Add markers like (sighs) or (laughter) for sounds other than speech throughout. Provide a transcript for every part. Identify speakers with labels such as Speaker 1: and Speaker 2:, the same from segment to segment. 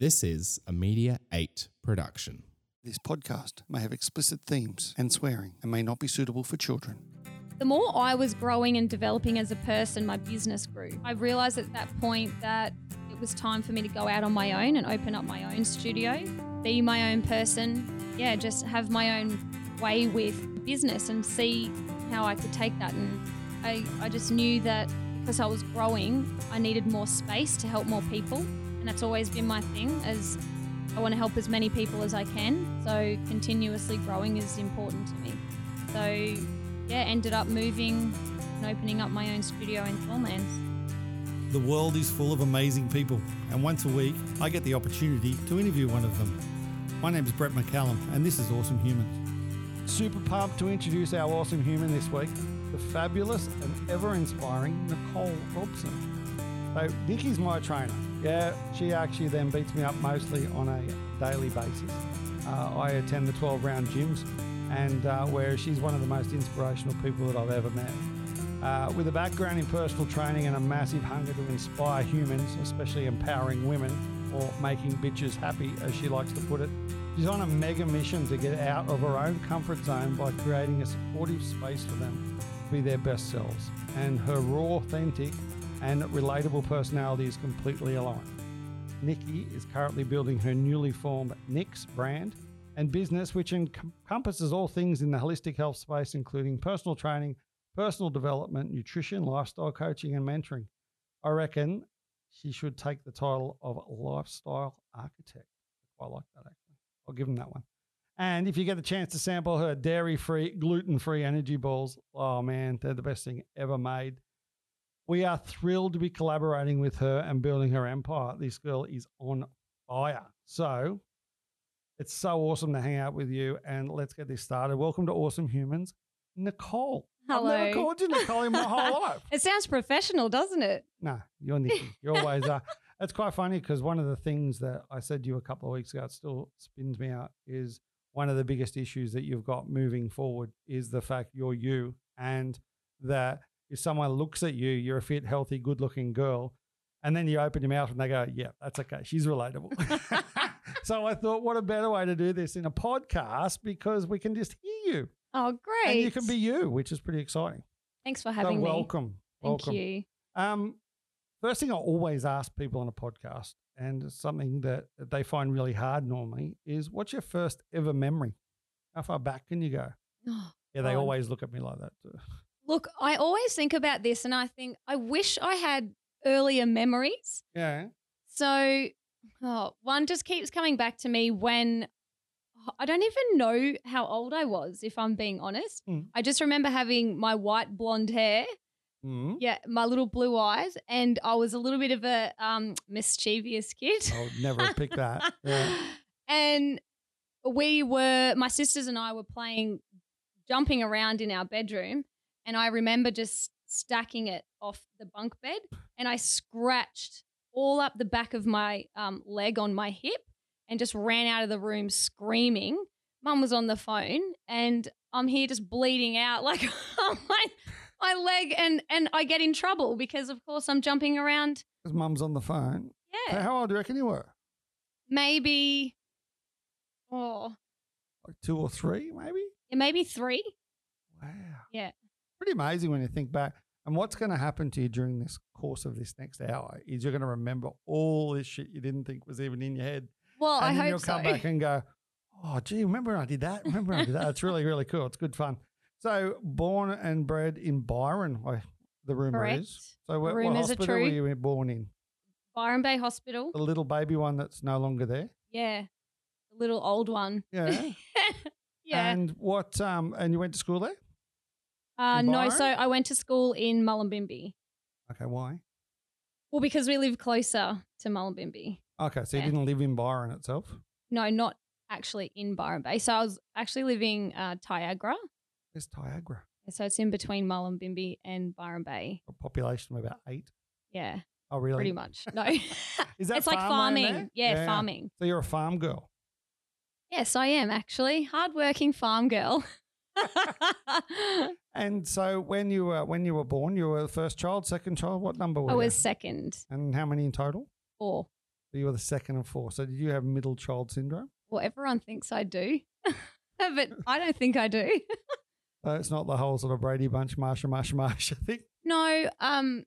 Speaker 1: This is a Media 8 production.
Speaker 2: This podcast may have explicit themes and swearing and may not be suitable for children.
Speaker 3: The more I was growing and developing as a person, my business grew. I realized at that point that it was time for me to go out on my own and open up my own studio, be my own person, yeah, just have my own way with business and see how I could take that. And I, I just knew that because I was growing, I needed more space to help more people. And that's always been my thing as I want to help as many people as I can. So continuously growing is important to me. So yeah, ended up moving and opening up my own studio in Thornlands.
Speaker 4: The world is full of amazing people, and once a week I get the opportunity to interview one of them. My name is Brett McCallum, and this is Awesome Humans. Super pumped to introduce our awesome human this week, the fabulous and ever inspiring Nicole Robson. So, Nikki's my trainer. Yeah, she actually then beats me up mostly on a daily basis. Uh, I attend the 12 round gyms, and uh, where she's one of the most inspirational people that I've ever met. Uh, with a background in personal training and a massive hunger to inspire humans, especially empowering women or making bitches happy, as she likes to put it, she's on a mega mission to get out of her own comfort zone by creating a supportive space for them to be their best selves. And her raw, authentic, and relatable personality is completely aligned. Nikki is currently building her newly formed Nix brand and business, which encompasses all things in the holistic health space, including personal training, personal development, nutrition, lifestyle coaching, and mentoring. I reckon she should take the title of lifestyle architect. I like that actually. I'll give him that one. And if you get the chance to sample her dairy free, gluten free energy balls, oh man, they're the best thing ever made. We are thrilled to be collaborating with her and building her empire. This girl is on fire. So it's so awesome to hang out with you. And let's get this started. Welcome to Awesome Humans, Nicole. I've never
Speaker 3: Hello.
Speaker 4: called you Nicole in my whole life.
Speaker 3: It sounds professional, doesn't it?
Speaker 4: No,
Speaker 3: (laughs)
Speaker 4: you're Nikki. You always are. It's quite funny because one of the things that I said to you a couple of weeks ago, it still spins me out, is one of the biggest issues that you've got moving forward is the fact you're you and that if someone looks at you, you're a fit, healthy, good looking girl. And then you open your mouth and they go, yeah, that's okay. She's relatable. (laughs) so I thought, what a better way to do this in a podcast because we can just hear you
Speaker 3: Oh, great.
Speaker 4: and you can be you, which is pretty exciting.
Speaker 3: Thanks for having
Speaker 4: so
Speaker 3: me.
Speaker 4: welcome.
Speaker 3: Thank
Speaker 4: welcome.
Speaker 3: you.
Speaker 4: Um, first thing I always ask people on a podcast, and it's something that that they find really hard normally, is what's your first ever memory? How far back can you go? Yeah, they
Speaker 3: Um,
Speaker 4: always look at me like that. Too.
Speaker 3: Look, I always think about this and I think I wish I had earlier memories.
Speaker 4: Yeah.
Speaker 3: So, oh, one just keeps coming back to me when oh, I don't even know how old I was, if I'm being honest.
Speaker 4: Mm.
Speaker 3: I just remember having my white blonde hair
Speaker 4: Mm.
Speaker 3: Yeah, my little blue eyes, and I was a little bit of a um, mischievous kid.
Speaker 4: I would never have picked (laughs) that. Yeah.
Speaker 3: (laughs) And we were, my sisters and I were playing, jumping around in our bedroom, and I remember just stacking it off the bunk bed, and I scratched all up the back of my um, leg on my hip, and just ran out of the room screaming. Mum was on the phone, and I'm here just bleeding out (laughs) like on my my leg, and and I get in trouble because of course I'm jumping around.
Speaker 4: Because mum's on the phone.
Speaker 3: Yeah,
Speaker 4: How old do you reckon you were?
Speaker 3: maybe. Oh,
Speaker 4: Like two or three, maybe?
Speaker 3: Yeah, maybe three.
Speaker 4: Wow.
Speaker 3: Yeah.
Speaker 4: Pretty amazing when you think back. And what's going to happen to you during this course of this next hour is you're going to remember all this shit you didn't think was even in your head.
Speaker 3: Well,
Speaker 4: (laughs) and
Speaker 3: I
Speaker 4: then
Speaker 3: hope
Speaker 4: you'll
Speaker 3: so.
Speaker 4: come
Speaker 3: (laughs)
Speaker 4: back and go, oh, gee, remember when I did that? Remember when I did that? It's really, really cool. It's good fun. So, born and bred in Byron, I- the rumor is.
Speaker 3: Correct.
Speaker 4: So, what, what
Speaker 3: Rumours are
Speaker 4: hospital
Speaker 3: true.
Speaker 4: were you born in?
Speaker 3: Byron Bay Hospital.
Speaker 4: The little baby one that's no
Speaker 3: (laughs)
Speaker 4: longer there.
Speaker 3: Yeah, the little old one.
Speaker 4: Yeah.
Speaker 3: yeah.
Speaker 4: And what? Um, and you went to school there?
Speaker 3: uh,
Speaker 4: in
Speaker 3: no,
Speaker 4: Byron?
Speaker 3: so I went to school in Mullumbimby.
Speaker 4: Okay, why?
Speaker 3: Well, because we live closer to Mullumbimby.
Speaker 4: Okay, so you
Speaker 3: Yeah.
Speaker 4: didn't live in Byron itself.
Speaker 3: No, not actually in Byron Bay. So I was actually living uh, Niagara.
Speaker 4: It's Niagara,
Speaker 3: So it's in between Mullumbimby and Byron Bay.
Speaker 4: a population of about eight.
Speaker 3: Yeah,
Speaker 4: Oh, really?
Speaker 3: pretty much. No, (laughs)
Speaker 4: Is (laughs) that
Speaker 3: it's like
Speaker 4: farmland
Speaker 3: farming.
Speaker 4: there?
Speaker 3: Yeah, farming.
Speaker 4: So you're a farm girl.
Speaker 3: Yes, I am actually hardworking farm girl. (laughs)
Speaker 4: Oh,
Speaker 3: I
Speaker 4: And so when you were when you were born, you were the first child, second child. What number were you?
Speaker 3: was second
Speaker 4: And how many in total?
Speaker 3: or
Speaker 4: So So you were the second of four. So did you have middle child syndrome?
Speaker 3: Well, everyone thinks I do, (laughs)
Speaker 4: (laughs)
Speaker 3: but I don't think I do. (laughs)
Speaker 4: So Uh, it's not the whole sort of Brady Bunch, Marsha, Marsha, (laughs) Marsha thing.
Speaker 3: No, um,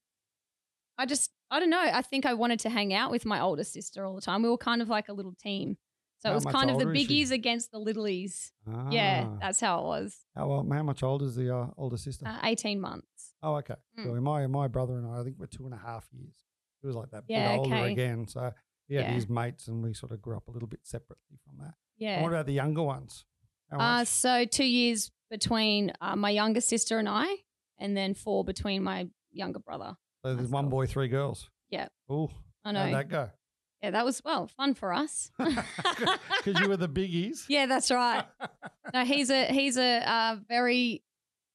Speaker 3: I just I don't know. I think I wanted to hang out with my older sister all the time. We were kind of like a little team, so
Speaker 4: How
Speaker 3: it was
Speaker 4: much
Speaker 3: kind of the
Speaker 4: older is she?
Speaker 3: biggies against the littlies. Yeah,
Speaker 4: Ah.
Speaker 3: that's how it was.
Speaker 4: How, old, how much older is the uh, older sister?
Speaker 3: Uh, Eighteen months.
Speaker 4: oh, okay.
Speaker 3: mm.
Speaker 4: So my my brother and I, I think we're two and a half years. He was like that
Speaker 3: Yeah,
Speaker 4: bit older
Speaker 3: okay.
Speaker 4: again. So he had
Speaker 3: Yeah.
Speaker 4: his mates, and we sort of grew up a little bit separately from that. And
Speaker 3: Yeah.
Speaker 4: what about the younger ones? How
Speaker 3: Uh,
Speaker 4: much?
Speaker 3: so two years between uh, my younger sister and I, and then four between my younger brother.
Speaker 4: so there's one
Speaker 3: myself.
Speaker 4: boy, three girls.
Speaker 3: Yeah.
Speaker 4: Oh,
Speaker 3: I know.
Speaker 4: how'd that go?
Speaker 3: yeah, that was well fun for
Speaker 4: (laughs)
Speaker 3: us.
Speaker 4: Because you were
Speaker 3: (laughs)
Speaker 4: the biggies.
Speaker 3: yeah, that's right. No, he's a he's a uh, very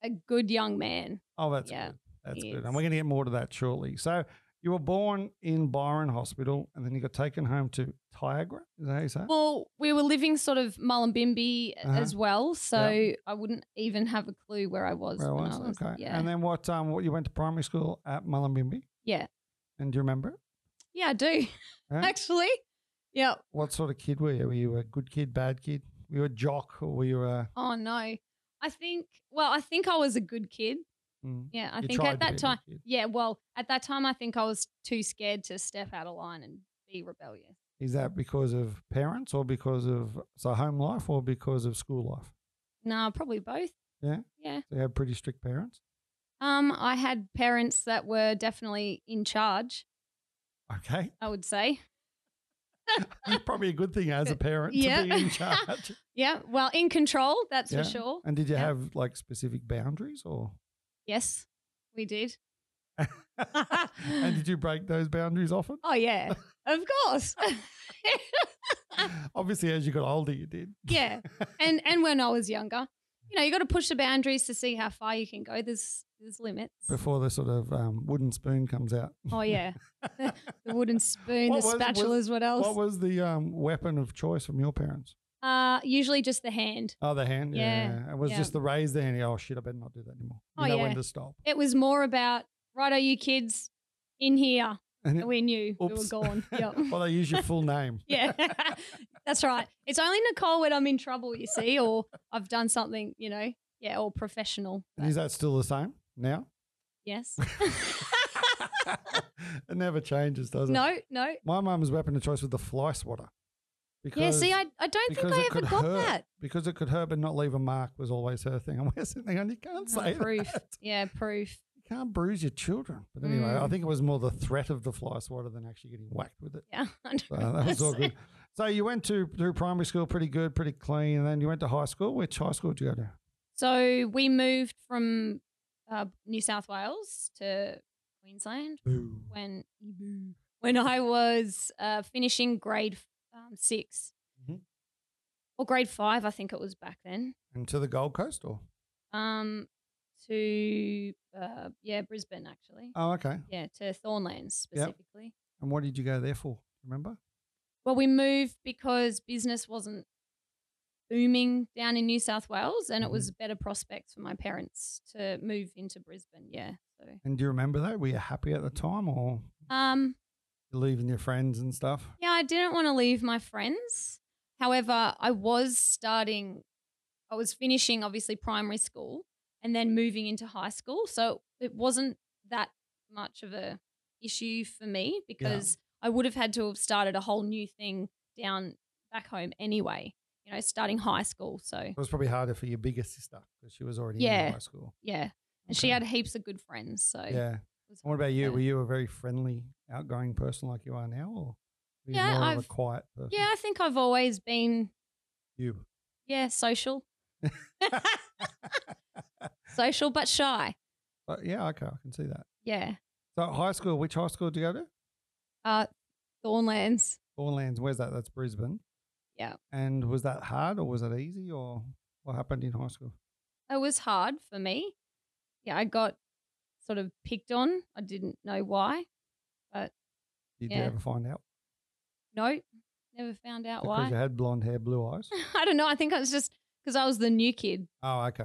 Speaker 3: a good young man.
Speaker 4: oh, that's
Speaker 3: Yeah,
Speaker 4: good. That's
Speaker 3: he
Speaker 4: good. And
Speaker 3: is.
Speaker 4: we're going to get more to that shortly. So you were born in Byron Hospital, and then you got taken home to Tiagra. Is that how you say? it?
Speaker 3: Well, we were living sort of Mullumbimby
Speaker 4: Uh-huh.
Speaker 3: as well, so I wouldn't even have a clue where I was.
Speaker 4: Where it
Speaker 3: when
Speaker 4: was?
Speaker 3: I was
Speaker 4: Okay.
Speaker 3: Yeah.
Speaker 4: And then what? Um, what you went to primary school at Mullumbimby,
Speaker 3: yeah.
Speaker 4: and do you remember? it?
Speaker 3: Yeah, I do (laughs)
Speaker 4: Huh?
Speaker 3: actually. Yeah.
Speaker 4: What sort of kid were you? Were you a good kid, bad kid? Were you a jock, or were you a?
Speaker 3: Oh no. I think. Well, I think I was a good kid.
Speaker 4: Mm,
Speaker 3: Yeah, I
Speaker 4: you
Speaker 3: think
Speaker 4: tried
Speaker 3: at
Speaker 4: to be a
Speaker 3: that
Speaker 4: good
Speaker 3: time.
Speaker 4: kid.
Speaker 3: Yeah. Well, at that time, I think I was too scared to step out of line and be rebellious.
Speaker 4: Is that because of parents, or because of so home life, or because of school life?
Speaker 3: Nah, probably both.
Speaker 4: Yeah?
Speaker 3: Yeah.
Speaker 4: So you had pretty strict parents.
Speaker 3: Um, I had parents that were definitely in charge.
Speaker 4: Okay, (laughs)
Speaker 3: I would say.
Speaker 4: probably a good thing
Speaker 3: (laughs)
Speaker 4: as a parent
Speaker 3: Yeah.
Speaker 4: to be in charge.
Speaker 3: Yeah. Well, in control. That's
Speaker 4: Yeah.
Speaker 3: for sure.
Speaker 4: And did you
Speaker 3: Yeah.
Speaker 4: have like specific boundaries,
Speaker 3: (sighs)
Speaker 4: or?
Speaker 3: Yes, we did.
Speaker 4: and did you break those boundaries often?
Speaker 3: (laughs) Oh yeah, of course. (laughs)
Speaker 4: Obviously, as you got older, you did.
Speaker 3: yeah, and and when I was younger, you know, you got to push the boundaries to see how far you can go. There's there's limits.
Speaker 4: Before the sort of um, wooden spoon comes out.
Speaker 3: Oh yeah, the wooden spoon,
Speaker 4: What
Speaker 3: the
Speaker 4: was- was-
Speaker 3: spatulas, what else?
Speaker 4: What was the um, weapon of choice from your parents?
Speaker 3: uh, usually just the hand.
Speaker 4: Oh, the hand.
Speaker 3: Yeah,
Speaker 4: It was
Speaker 3: yeah.
Speaker 4: just the raise the hand. Oh shit! I better not do that anymore. You
Speaker 3: Oh,
Speaker 4: know when
Speaker 3: yeah.
Speaker 4: to stop.
Speaker 3: It was more about right, are you kids in here?
Speaker 4: And
Speaker 3: And we knew we were
Speaker 4: oops.
Speaker 3: gone.
Speaker 4: (laughs)
Speaker 3: Yep.
Speaker 4: well, they use your
Speaker 3: (laughs)
Speaker 4: full name.
Speaker 3: Yeah, that's right. It's only Nicole when I'm in trouble, you see, or I've done something, you know, yeah, or professional.
Speaker 4: And is that still the same now? (laughs)
Speaker 3: yes.
Speaker 4: it never changes, does it?
Speaker 3: no, no.
Speaker 4: My mum's weapon of choice was the fly swatter. Because,
Speaker 3: Yeah, see, I, I don't think
Speaker 4: because
Speaker 3: I
Speaker 4: it
Speaker 3: ever
Speaker 4: could
Speaker 3: got
Speaker 4: hurt.
Speaker 3: that.
Speaker 4: Because it could hurt but not leave a mark was always her thing. (laughs) And we're sitting there and you can't
Speaker 3: Oh,
Speaker 4: say
Speaker 3: proof.
Speaker 4: that.
Speaker 3: Yeah, proof. (laughs)
Speaker 4: You can't bruise your children. But anyway, I
Speaker 3: Mm.
Speaker 4: think it was more the threat of the fly swatter than actually getting whacked with it.
Speaker 3: Yeah.
Speaker 4: So that was all good. So you went to through primary school pretty good, pretty clean, and then you went to high school. Which high school did you go to?
Speaker 3: (laughs) So we moved from uh, New South Wales to Queensland when when I was uh, finishing grade um, 6
Speaker 4: Mhm.
Speaker 3: or grade five, I think it was back then.
Speaker 4: And to the Gold Coast, or
Speaker 3: Um, to uh, yeah, Brisbane actually.
Speaker 4: oh, okay.
Speaker 3: Yeah, to Thornlands specifically.
Speaker 4: And what did you go there for? Remember?
Speaker 3: Well, we moved because business wasn't booming down in New South Wales and it was better prospects for my parents to move into Brisbane. Yeah. So,
Speaker 4: And do you remember that? Were you happy at the time, or
Speaker 3: um,
Speaker 4: you leaving your friends and stuff?
Speaker 3: yeah, I didn't want to leave my friends. However, I was starting, I was finishing obviously primary school and then moving into high school. So it wasn't that much of a issue for me because I would have had to have started a whole new thing down back home anyway, you know, starting high school. So
Speaker 4: It was probably harder for your bigger sister because she was already
Speaker 3: Yeah.
Speaker 4: in high school.
Speaker 3: yeah. And she
Speaker 4: Okay.
Speaker 3: had heaps of good friends. So
Speaker 4: Yeah. And
Speaker 3: it was
Speaker 4: what about you?
Speaker 3: yeah.
Speaker 4: Were you a very friendly, outgoing person like you are now, or were you
Speaker 3: Yeah,
Speaker 4: more of a
Speaker 3: I've-
Speaker 4: quiet person?
Speaker 3: Yeah, I think I've always been,
Speaker 4: You.
Speaker 3: yeah,
Speaker 4: (laughs)
Speaker 3: social, (laughs) social, but shy.
Speaker 4: But yeah, okay, I can see that.
Speaker 3: Yeah.
Speaker 4: So high school, which high school did you go to?
Speaker 3: Uh, Thornlands.
Speaker 4: Thornlands, where's that? That's Brisbane.
Speaker 3: Yeah.
Speaker 4: And was that hard or was it easy or what happened in high school?
Speaker 3: It was hard for me. Yeah, I got sort of picked on. I didn't know why.
Speaker 4: Did you
Speaker 3: Yeah.
Speaker 4: ever find out?
Speaker 3: No, never found out
Speaker 4: Because you
Speaker 3: why.
Speaker 4: had blonde hair, blue eyes.
Speaker 3: (laughs) I don't know. I think I was just because I was the new kid.
Speaker 4: oh, okay.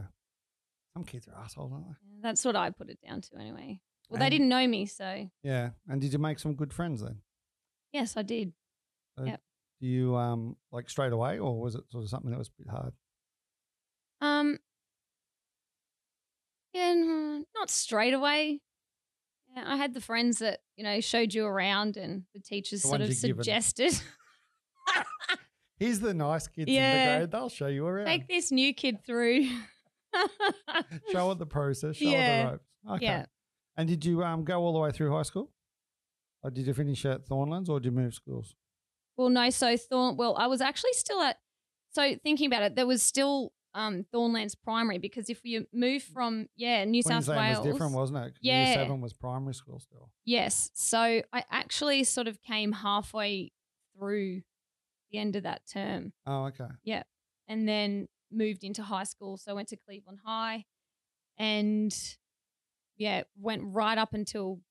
Speaker 4: Some kids are assholes, aren't
Speaker 3: That's what I put it down to anyway. Well, they
Speaker 4: And-
Speaker 3: didn't know me, so
Speaker 4: they? Yeah. And did you make some good friends then?
Speaker 3: yes, I did.
Speaker 4: So
Speaker 3: Yep.
Speaker 4: Do you um like straight away, or was it sort of something that was a bit hard?
Speaker 3: Um, yeah, no, not straight away. Yeah, I had the friends that you know showed you around, and the teachers
Speaker 4: The
Speaker 3: sort
Speaker 4: ones
Speaker 3: of
Speaker 4: you're given.
Speaker 3: suggested (laughs)
Speaker 4: Here's the nice kids in
Speaker 3: Yeah.
Speaker 4: the grade. They'll show you around.
Speaker 3: take this new kid
Speaker 4: (laughs)
Speaker 3: through. (laughs)
Speaker 4: show her the process. Show her
Speaker 3: Yeah.
Speaker 4: the ropes. Okay.
Speaker 3: Yeah.
Speaker 4: And did you um go all the way through high school? Or did you finish at Thornlands, or did you move schools?
Speaker 3: Well, no. So Thorn. Well, I was actually still at. So thinking about it, there was still um, Thornlands Primary because if you move from yeah New South
Speaker 4: Queensland
Speaker 3: Wales,
Speaker 4: was different, wasn't it? 'Cause Year
Speaker 3: Yeah.
Speaker 4: seven was primary school still.
Speaker 3: Yes. So I actually sort of came halfway through the end of that term
Speaker 4: Oh, okay.
Speaker 3: and then moved into high school. So I went to Cleveland High and yeah, went right up until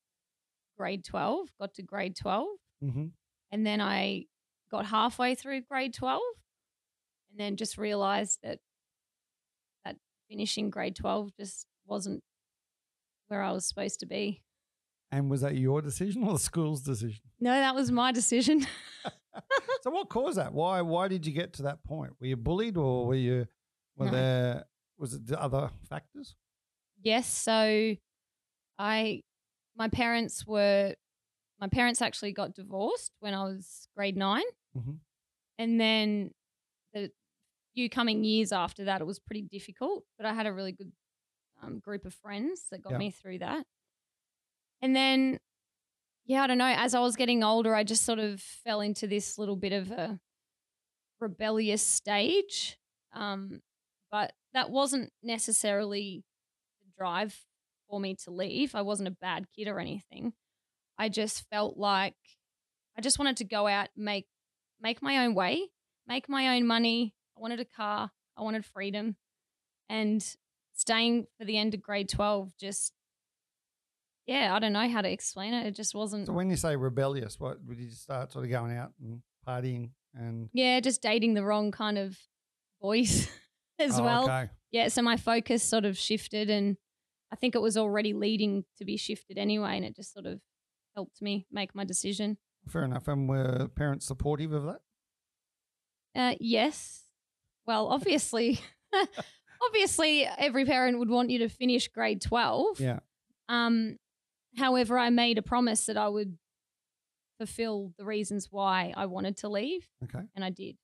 Speaker 3: grade 12, got to grade 12.
Speaker 4: Mm-hmm.
Speaker 3: And then I got halfway through grade 12 and then just realized that that finishing grade 12 just wasn't where I was supposed to be.
Speaker 4: And was that your decision or the school's decision?
Speaker 3: (laughs) No, that was my decision.
Speaker 4: so what caused that? Why why did you get to that point? Were you bullied or were you were
Speaker 3: No.
Speaker 4: there was it the other factors?
Speaker 3: Yes, so I my parents were my parents actually got divorced when I was grade 9.
Speaker 4: Mhm.
Speaker 3: And then the few coming years after that it was pretty difficult, but I had a really good um, group of friends that got
Speaker 4: Yeah.
Speaker 3: me through that. And then yeah, I don't know, as I was getting older I just sort of fell into this little bit of a rebellious stage. Um but that wasn't necessarily the drive for me to leave. I wasn't a bad kid or anything. I just felt like I just wanted to go out, make make my own way, make my own money. I wanted a car, I wanted freedom. And staying for the end of grade 12 just yeah, I don't know how to explain it. It just wasn't
Speaker 4: So when you say rebellious, what did you start sort of going out and partying and
Speaker 3: yeah, just dating the wrong kind of boys (laughs) as
Speaker 4: Oh,
Speaker 3: well.
Speaker 4: Okay.
Speaker 3: yeah, so my focus sort of shifted and I think it was already leading to be shifted anyway and it just sort of helped me make my decision.
Speaker 4: Fair enough. And were parents supportive of that?
Speaker 3: Uh yes. Well, obviously (laughs) obviously every parent would want you to finish grade 12.
Speaker 4: Yeah.
Speaker 3: Um however, I made a promise that I would fulfill the reasons why I wanted to leave
Speaker 4: Okay.
Speaker 3: and I did.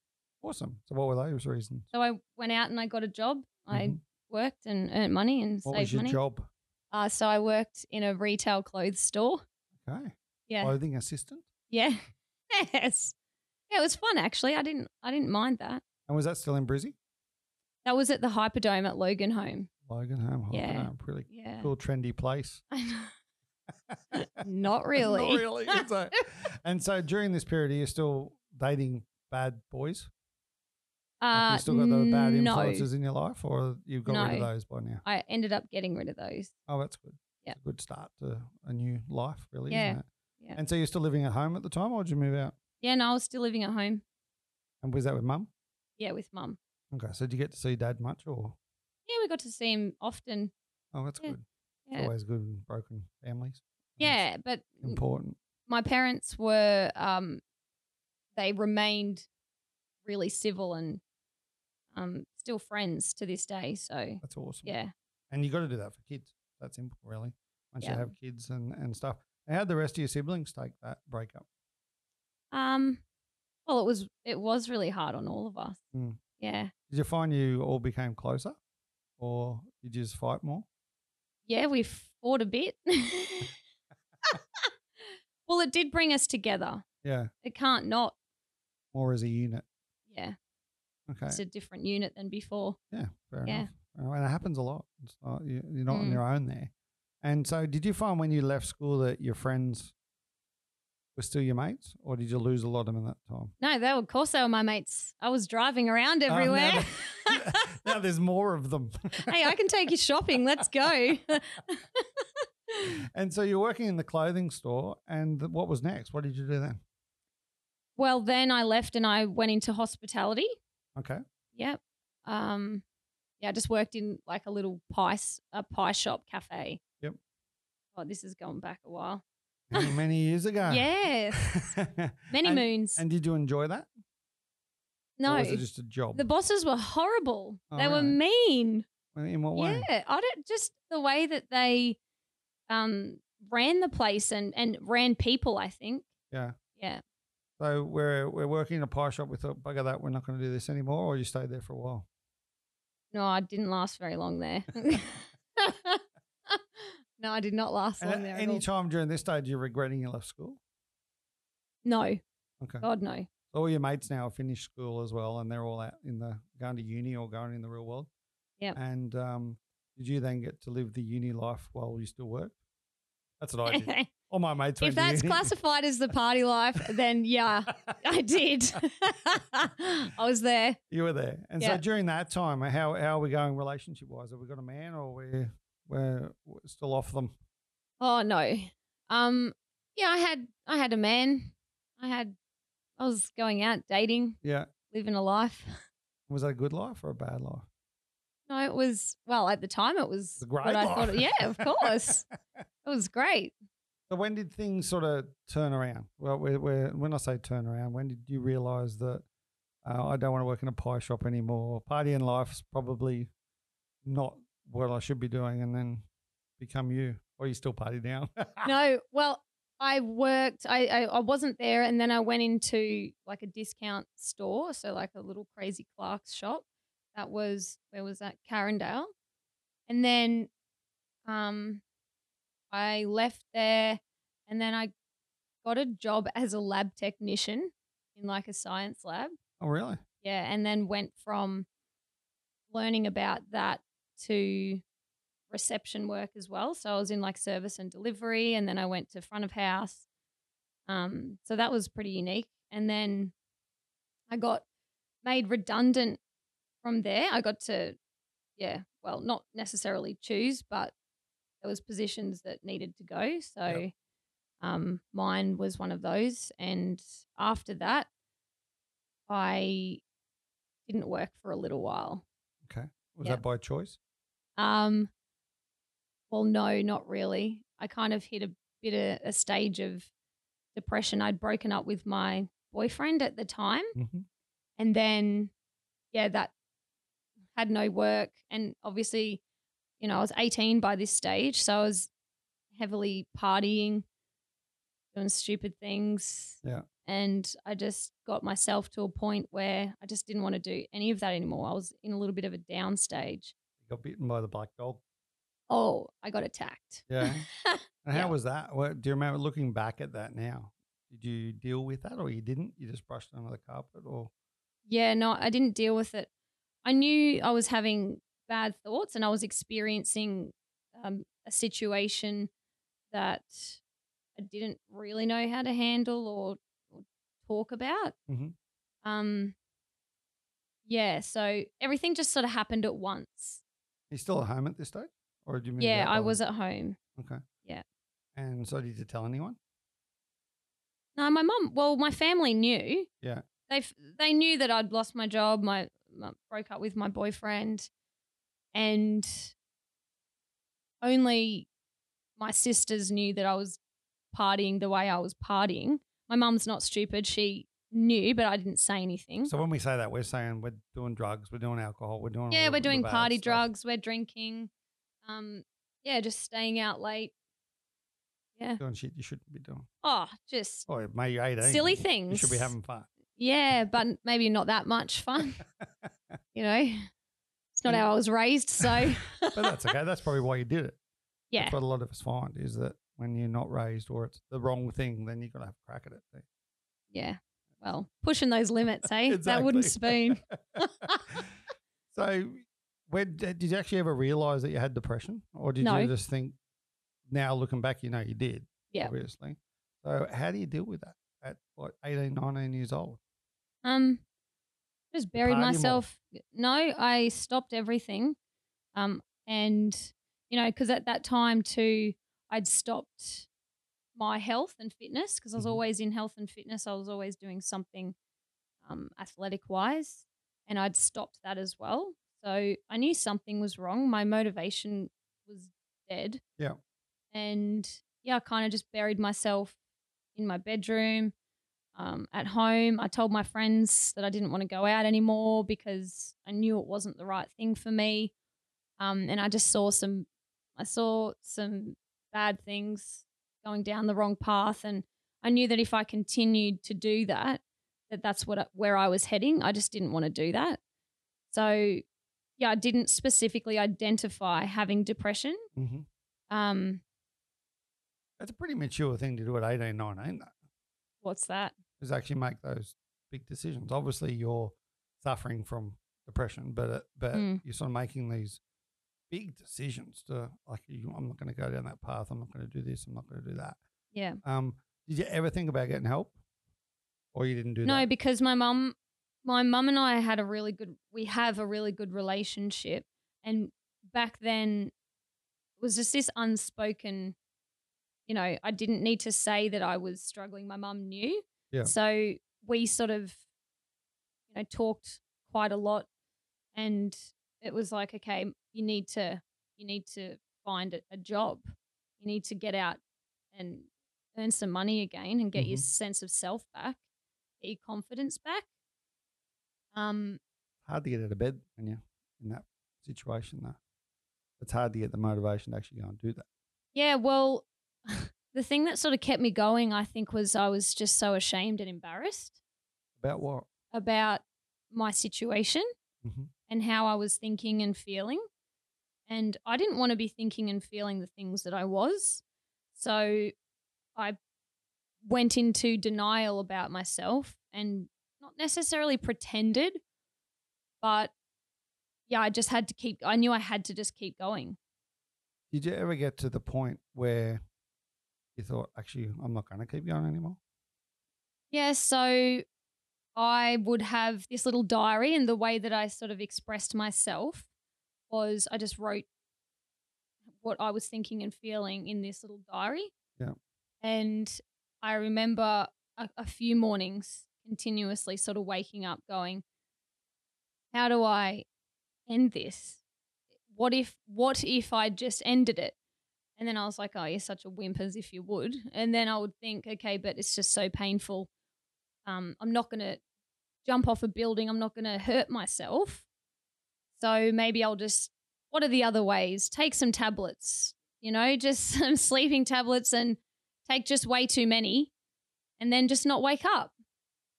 Speaker 4: Awesome. So what were those reasons?
Speaker 3: So I went out and I got a job. I
Speaker 4: Mhm.
Speaker 3: worked and earned money and
Speaker 4: What was
Speaker 3: saved
Speaker 4: your
Speaker 3: money.
Speaker 4: job?
Speaker 3: Uh, so I worked in a retail clothes store.
Speaker 4: Okay.
Speaker 3: Yeah.
Speaker 4: Clothing assistant.
Speaker 3: Yeah. (laughs) Yes. Yeah, it was fun actually. I didn't I didn't mind that.
Speaker 4: And was that still in Brizzy?
Speaker 3: That was at the Hyperdome at Logan Home.
Speaker 4: Logan Home.
Speaker 3: Yeah.
Speaker 4: Really
Speaker 3: Yeah.
Speaker 4: cool, trendy place.
Speaker 3: I know.
Speaker 4: (laughs)
Speaker 3: Not really.
Speaker 4: Not
Speaker 3: (laughs)
Speaker 4: really. is it? and so during this period, are you still dating bad boys?
Speaker 3: Uh,
Speaker 4: Have you still got the bad
Speaker 3: no.
Speaker 4: influences in your life, or you've got rid of
Speaker 3: No.
Speaker 4: those by now?
Speaker 3: I ended up getting rid of those.
Speaker 4: Oh, that's good.
Speaker 3: Yeah.
Speaker 4: It's a good start to a new life, really. Isn't
Speaker 3: Yeah.
Speaker 4: it?
Speaker 3: Yeah.
Speaker 4: And so you're still living at home at the time, or did you move out?
Speaker 3: Yeah, no, I was still living at home.
Speaker 4: And was that with mum?
Speaker 3: Yeah, with mum.
Speaker 4: Okay. So did you get to see dad much, or?
Speaker 3: Yeah, we got to see him often.
Speaker 4: Oh, that's
Speaker 3: Yeah.
Speaker 4: good. It's
Speaker 3: Yeah. Mm.
Speaker 4: always good in broken families. That's
Speaker 3: Yeah, but
Speaker 4: Important.
Speaker 3: my parents were um they remained really civil and um still friends to this day. So
Speaker 4: That's awesome.
Speaker 3: yeah.
Speaker 4: And you got to do that for kids. That's simple, really. Once you
Speaker 3: Yeah.
Speaker 4: have kids and, and stuff. And how'd the rest of your siblings take that breakup?
Speaker 3: Um, well, it was it was really hard on all of us.
Speaker 4: Mm.
Speaker 3: Yeah,
Speaker 4: Did you find you all became closer or did you just fight more?
Speaker 3: yeah, we fought a bit.
Speaker 4: (laughs)
Speaker 3: (laughs) well, it did bring us together.
Speaker 4: Yeah,
Speaker 3: It can't not.
Speaker 4: more as a unit.
Speaker 3: Yeah,
Speaker 4: Okay.
Speaker 3: it's a different unit than before.
Speaker 4: Yeah, fair
Speaker 3: Yeah.
Speaker 4: enough. Uh, And it happens a lot. It's not, you- you're not on
Speaker 3: Mm.
Speaker 4: your own there. And so, did you find when you left school that your friends were still your mates or did you lose a lot of them in that time?
Speaker 3: No, they were, of course they were my mates. I was driving around
Speaker 4: now
Speaker 3: everywhere. (laughs)
Speaker 4: (laughs) now there's more of them.
Speaker 3: hey, I can take you shopping. Let's
Speaker 4: (laughs)
Speaker 3: go. (laughs)
Speaker 4: and so you're working in the clothing store. And th- what was next? What did you do then?
Speaker 3: well, then I left and I went into hospitality.
Speaker 4: Okay.
Speaker 3: Yep. Um, yeah, I just worked in like a little pie, s- a pie shop cafe.
Speaker 4: Yep.
Speaker 3: Oh, this is going back a while.
Speaker 4: many, many years ago.
Speaker 3: (laughs) Yes. Many
Speaker 4: Ah. And-
Speaker 3: moons.
Speaker 4: (laughs) And did you enjoy that? Or
Speaker 3: no.
Speaker 4: was it just a job?
Speaker 3: The bosses were horrible.
Speaker 4: Oh,
Speaker 3: they were
Speaker 4: really?
Speaker 3: mean.
Speaker 4: In what way?
Speaker 3: Yeah, I don't just the way that they um ran the place and and ran people. I think.
Speaker 4: Yeah.
Speaker 3: Yeah.
Speaker 4: So we're we're working in a pie shop. We thought, bugger that, we're not going to do this anymore. Or you stayed there for a while.
Speaker 3: No, I didn't last very long there. (laughs) no, I did not last long
Speaker 4: And
Speaker 3: there.
Speaker 4: at
Speaker 3: At all.
Speaker 4: any time during this stage, you're regretting you left school.
Speaker 3: no,
Speaker 4: Okay.
Speaker 3: God no.
Speaker 4: All your mates now have finished school as well, and they're all out in the going to uni or going in the real world.
Speaker 3: Yep.
Speaker 4: And um, did you then get to live the uni life while you still work? That's
Speaker 3: (laughs)
Speaker 4: what I did.
Speaker 3: if
Speaker 4: All my mates went
Speaker 3: that's
Speaker 4: (laughs) to uni.
Speaker 3: classified as the party life, then yeah, I did. (laughs) I was there.
Speaker 4: (laughs) You were there, and so
Speaker 3: Yeah.
Speaker 4: during that time, uh, how how are we going relationship wise? Have we got a man, or we're we're we're still off them?
Speaker 3: Oh no. Um. Yeah, I had I had a man. I had. I was going out dating,
Speaker 4: Yeah.
Speaker 3: living a life. (laughs)
Speaker 4: Was that a good life or a bad life?
Speaker 3: No, it was well at the time. It was
Speaker 4: It's a great
Speaker 3: what I
Speaker 4: life.
Speaker 3: thought. Yeah, of
Speaker 4: (laughs)
Speaker 3: course, it was great.
Speaker 4: so when did things sort of turn around? Well, we we're, when I say turn around, when did you realise that uh, I don't want to work in a pie shop anymore? Party in life's probably not what I should be doing, and then become you, or you still party down? (laughs)
Speaker 3: No, well, I worked. I, I I wasn't there, and then I went into like a discount store, so like a little crazy Clark's shop. That was where was that Carindale, and then, um, I left there, and then I got a job as a lab technician in like a science lab.
Speaker 4: oh, really?
Speaker 3: Yeah, and then went from learning about that to reception work as well. So I was in like service and delivery, and then I went to front of house. Um, so that was pretty unique. And then I got made redundant from there. I got to, yeah, well, not necessarily choose, but there was positions that needed to go. So um, mine was one of those. And after that, I didn't work for a little while.
Speaker 4: Was
Speaker 3: Yeah.
Speaker 4: that by choice?
Speaker 3: Um, well, no, not really. I kind of hit a bit of a stage of depression. I'd broken up with my boyfriend at the time, (laughs)
Speaker 4: Mm-hmm.
Speaker 3: and then yeah, that had no work, and obviously, you know, I was eighteen by this stage, so I was heavily partying, doing stupid things.
Speaker 4: Yeah.
Speaker 3: And I just got myself to a point where I just didn't want to do any of that anymore. I was in a little bit of a down stage.
Speaker 4: Got bitten by the black dog.
Speaker 3: Oh, I got attacked.
Speaker 4: Yeah. And how
Speaker 3: Yeah.
Speaker 4: was that? What, do you remember looking back at that now? Did you deal with that or you didn't? You just brushed it under the carpet or
Speaker 3: Yeah, no, I didn't deal with it. I knew I was having bad thoughts and I was experiencing um, a situation that I didn't really know how to handle or, or talk about.
Speaker 4: Mhm.
Speaker 3: Um, yeah, so everything just sort of happened at once.
Speaker 4: you still at home at this stage? Or did you move
Speaker 3: yeah,
Speaker 4: out by
Speaker 3: I
Speaker 4: then?
Speaker 3: was at home.
Speaker 4: Okay.
Speaker 3: yeah.
Speaker 4: And so did you tell anyone?
Speaker 3: No, my mum. Well, my family knew.
Speaker 4: Yeah.
Speaker 3: They f- they knew that I'd lost my job. My, my broke up with my boyfriend, and only my sisters knew that I was partying the way I was partying. My mum's not stupid. She knew, but I didn't say anything.
Speaker 4: So when we say that, we're saying we're doing drugs, we're doing alcohol, we're doing
Speaker 3: yeah,
Speaker 4: all
Speaker 3: we're
Speaker 4: the- the
Speaker 3: doing
Speaker 4: bad
Speaker 3: party
Speaker 4: stuff.
Speaker 3: drugs. We're drinking. Um. Yeah, just staying out late.
Speaker 4: doing shit you shouldn't be doing.
Speaker 3: Oh, just
Speaker 4: Oh, mate, you're 18.
Speaker 3: silly
Speaker 4: You
Speaker 3: things.
Speaker 4: should be having fun.
Speaker 3: Yeah, but maybe not that much
Speaker 4: (laughs)
Speaker 3: fun. you know, it's not how I was raised. So,
Speaker 4: (laughs) But that's okay. That's probably why you did it.
Speaker 3: yeah,
Speaker 4: That's what a lot of us find is that when you're not raised or it's the wrong thing, then you're going to have a crack at it.
Speaker 3: (laughs) yeah. Well, pushing those
Speaker 4: (laughs)
Speaker 3: limits, eh? That wooden spoon.
Speaker 4: Exactly. so, when, did you actually ever realize that you had depression, or did
Speaker 3: No.
Speaker 4: you just think now looking back, you know you did?
Speaker 3: Yeah.
Speaker 4: obviously. So, how do you deal with that at like 18, 19 years old?
Speaker 3: Um, just buried
Speaker 4: party more.
Speaker 3: myself. No, I stopped everything. Um, and you know, because at that time too, I'd stopped my health and fitness because I was
Speaker 4: Mhm.
Speaker 3: always in health and fitness. I was always doing something um, athletic wise, and I'd stopped that as well. So I knew something was wrong. My motivation was dead.
Speaker 4: Yeah.
Speaker 3: And yeah, I kind of just buried myself in my bedroom um, at home. I told my friends that I didn't want to go out anymore because I knew it wasn't the right thing for me. Um, and I just saw some, I saw some bad things going down the wrong path, and I knew that if I continued to do that, that that's what I, where I was heading. I just didn't want to do that. So, yeah, I didn't specifically identify having depression.
Speaker 4: Mm-hmm.
Speaker 3: Um,
Speaker 4: That's a pretty mature thing to do at 18, 19, though,
Speaker 3: what's that?
Speaker 4: is actually make those big decisions. Obviously, you're suffering from depression, but it, but
Speaker 3: Mm.
Speaker 4: you're sort of making these big decisions to like, you, I'm not going to go down that path. I'm not going to do this. I'm not going to do that.
Speaker 3: Yeah.
Speaker 4: Um, did you ever think about getting help, or you didn't do
Speaker 3: no,
Speaker 4: that?
Speaker 3: because my mum, my mum and I had a really good, we have a really good relationship, and back then it was just this unspoken, you know, I didn't need to say that I was struggling. My mum knew,
Speaker 4: Yeah.
Speaker 3: so we sort of, you know, talked quite a lot, and it was like, okay, you need to, you need to find a, a job, you need to get out and earn some money again and get your
Speaker 4: Mhm.
Speaker 3: sense of self back get your confidence back. Um,
Speaker 4: Hard to get out of bed when you're in that situation, though. It's hard to get the motivation to actually go and do that.
Speaker 3: yeah, well, (laughs) the thing that sort of kept me going, I think, was I was just so ashamed and embarrassed
Speaker 4: About what?
Speaker 3: about my situation
Speaker 4: Mhm.
Speaker 3: and how I was thinking and feeling. And I didn't want to be thinking and feeling the things that I was. So I went into denial about myself and not necessarily pretended, but yeah, I just had to keep, I knew I had to just keep going.
Speaker 4: Did you ever get to the point where you thought, actually, I'm not going to keep going anymore?
Speaker 3: Yeah, so I would have this little diary, and the way that I sort of expressed myself was I just wrote what I was thinking and feeling in this little diary.
Speaker 4: Yeah.
Speaker 3: And I remember a, a few mornings continuously sort of waking up going, How do I end this? What if what if I just ended it? And then I was like, oh, you're such a wimp as if you would. And then I would think, okay, but it's just so painful. Um, I'm not going to jump off a building. I'm not going to hurt myself. So maybe I'll just, what are the other ways? Take some tablets, you know, (laughs) just some sleeping tablets and take just way too many and then just not wake up.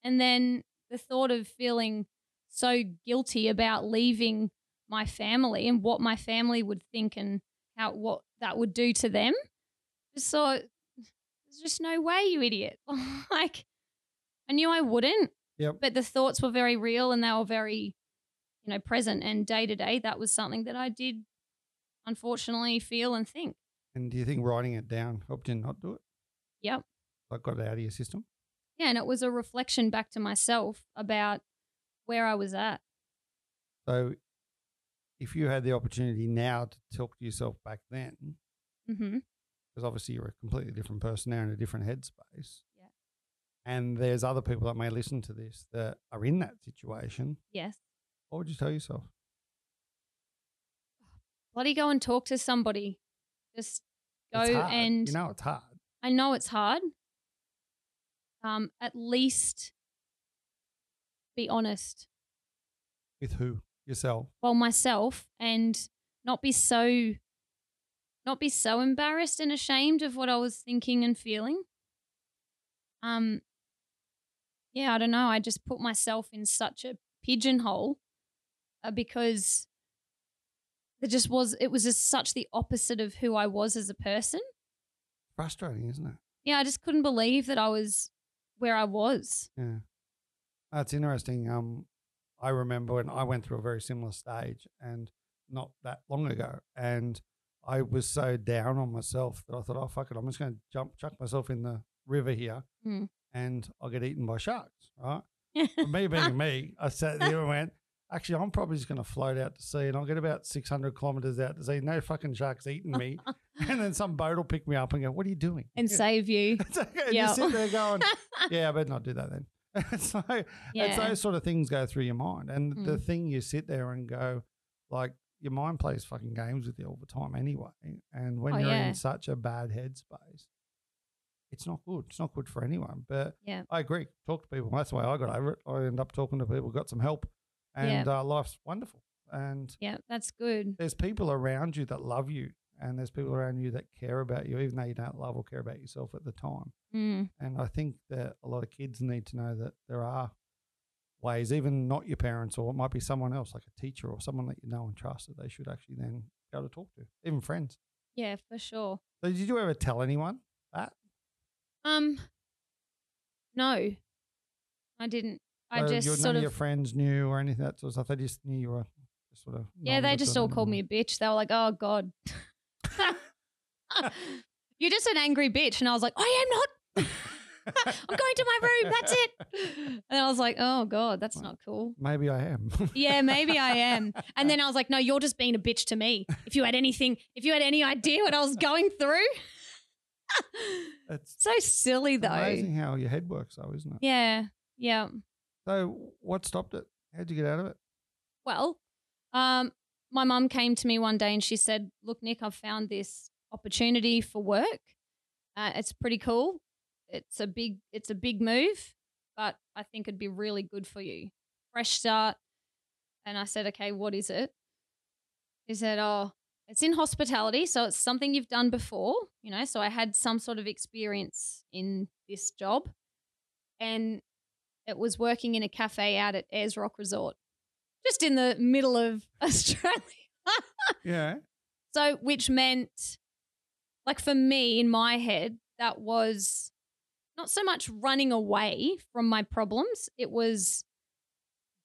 Speaker 3: And then the thought of feeling so guilty about leaving my family and what my family would think and how what that would do to them. Just so there's just no way, you idiot. (laughs) like I knew I wouldn't.
Speaker 4: Yep.
Speaker 3: But the thoughts were very real and they were very, you know, present and day to day. That was something that I did unfortunately feel and think.
Speaker 4: And do you think writing it down helped you not do it?
Speaker 3: Yep.
Speaker 4: Like got it out of your system?
Speaker 3: Yeah, and it was a reflection back to myself about where I was at.
Speaker 4: So if you had the opportunity now to talk to yourself back then,
Speaker 3: Mm-hmm.
Speaker 4: because obviously you're a completely different person now in a different headspace.
Speaker 3: Yeah.
Speaker 4: And there's other people that may listen to this that are in that situation.
Speaker 3: Yes.
Speaker 4: What would you tell yourself?
Speaker 3: Bloody go and talk to somebody. Just go
Speaker 4: It's hard.
Speaker 3: and
Speaker 4: you know it's hard.
Speaker 3: I know it's hard. Um, at least be honest.
Speaker 4: With who? Yourself.
Speaker 3: Well, myself and not be so not be so embarrassed and ashamed of what I was thinking and feeling. Um yeah, I don't know. I just put myself in such a pigeonhole uh, because there just was it was just such the opposite of who I was as a person.
Speaker 4: Frustrating, isn't it?
Speaker 3: Yeah, I just couldn't believe that I was where I was.
Speaker 4: Yeah. That's interesting. Um, I remember when I went through a very similar stage and not that long ago. And I was so down on myself that I thought, oh, fuck it. I'm just going to jump, chuck myself in the river here
Speaker 3: Mm.
Speaker 4: and I'll get eaten by sharks. Right.
Speaker 3: (laughs)
Speaker 4: But me being me, I sat there and went, actually, I'm probably just going to float out to sea and I'll get about 600 kilometers out to sea. No fucking sharks eating me.
Speaker 3: (laughs)
Speaker 4: and then some boat will pick me up and go, what are you doing? (laughs)
Speaker 3: and save you.
Speaker 4: It's okay. and
Speaker 3: Yeah.
Speaker 4: You sit
Speaker 3: (laughs)
Speaker 4: there going, yeah, I better not do that then. (laughs) so it's
Speaker 3: Yeah. Mm.
Speaker 4: those sort of things go through your mind. And the thing you sit there and go, like, your mind plays fucking games with you all the time anyway. And when
Speaker 3: Oh,
Speaker 4: you're
Speaker 3: yeah.
Speaker 4: in such a bad headspace, it's not good. It's not good for anyone. But
Speaker 3: Yeah.
Speaker 4: I agree. Talk to people. That's the way I got over it. I end up talking to people, got some help, and uh, life's wonderful. And
Speaker 3: Yeah, that's good.
Speaker 4: there's people around you that love you, and there's people around you that care about you, even though you don't love or care about yourself at the time.
Speaker 3: Mm,
Speaker 4: And I think that a lot of kids need to know that there are ways, even not your parents, or it might be someone else, like a teacher or someone that you know and trust, that they should actually then go to talk to, even friends.
Speaker 3: yeah, for sure.
Speaker 4: So did you ever tell anyone?
Speaker 3: Um, no, I didn't. I
Speaker 4: So your-
Speaker 3: just sort
Speaker 4: Oh, none of,
Speaker 3: of
Speaker 4: your friends knew or anything that sort of stuff. They just knew you were just sort of.
Speaker 3: Yeah, they
Speaker 4: nodded
Speaker 3: just
Speaker 4: to
Speaker 3: all
Speaker 4: them
Speaker 3: called me a
Speaker 4: and-
Speaker 3: bitch. They were like, "Oh God, (laughs) you're just an angry bitch," and I was like, "I am not. (laughs) I'm going to my room. That's it." And I was like, "Oh God, that's not cool."
Speaker 4: Maybe I am. (laughs)
Speaker 3: Yeah, maybe I am. And then I was like, "No, you're just being a bitch to me. If you had anything, if you had any idea what I was going through, (laughs)
Speaker 4: It's
Speaker 3: so silly (laughs) though."
Speaker 4: amazing how your head works, though, isn't it?
Speaker 3: Yeah, yeah.
Speaker 4: So, what stopped it? How'd you get
Speaker 3: (laughs)
Speaker 4: out of it?
Speaker 3: Well, um, my mum came to me one day and she said, "Look, Nick, I've found this opportunity for work. Uh, it's pretty cool. It's a big, it's a big move, but I think it'd be really good for you. Fresh start." And I said, "Okay, what is it?" She said, "Oh, it's in hospitality, so it's something you've done before, you know. So I had some sort of experience in this job, and it was working in a cafe out at Ayers Rock Resort." just in the middle of (laughs) Australia.
Speaker 4: Yeah.
Speaker 3: So, which meant, like, for me in my head, that was not so much running away from my problems, it was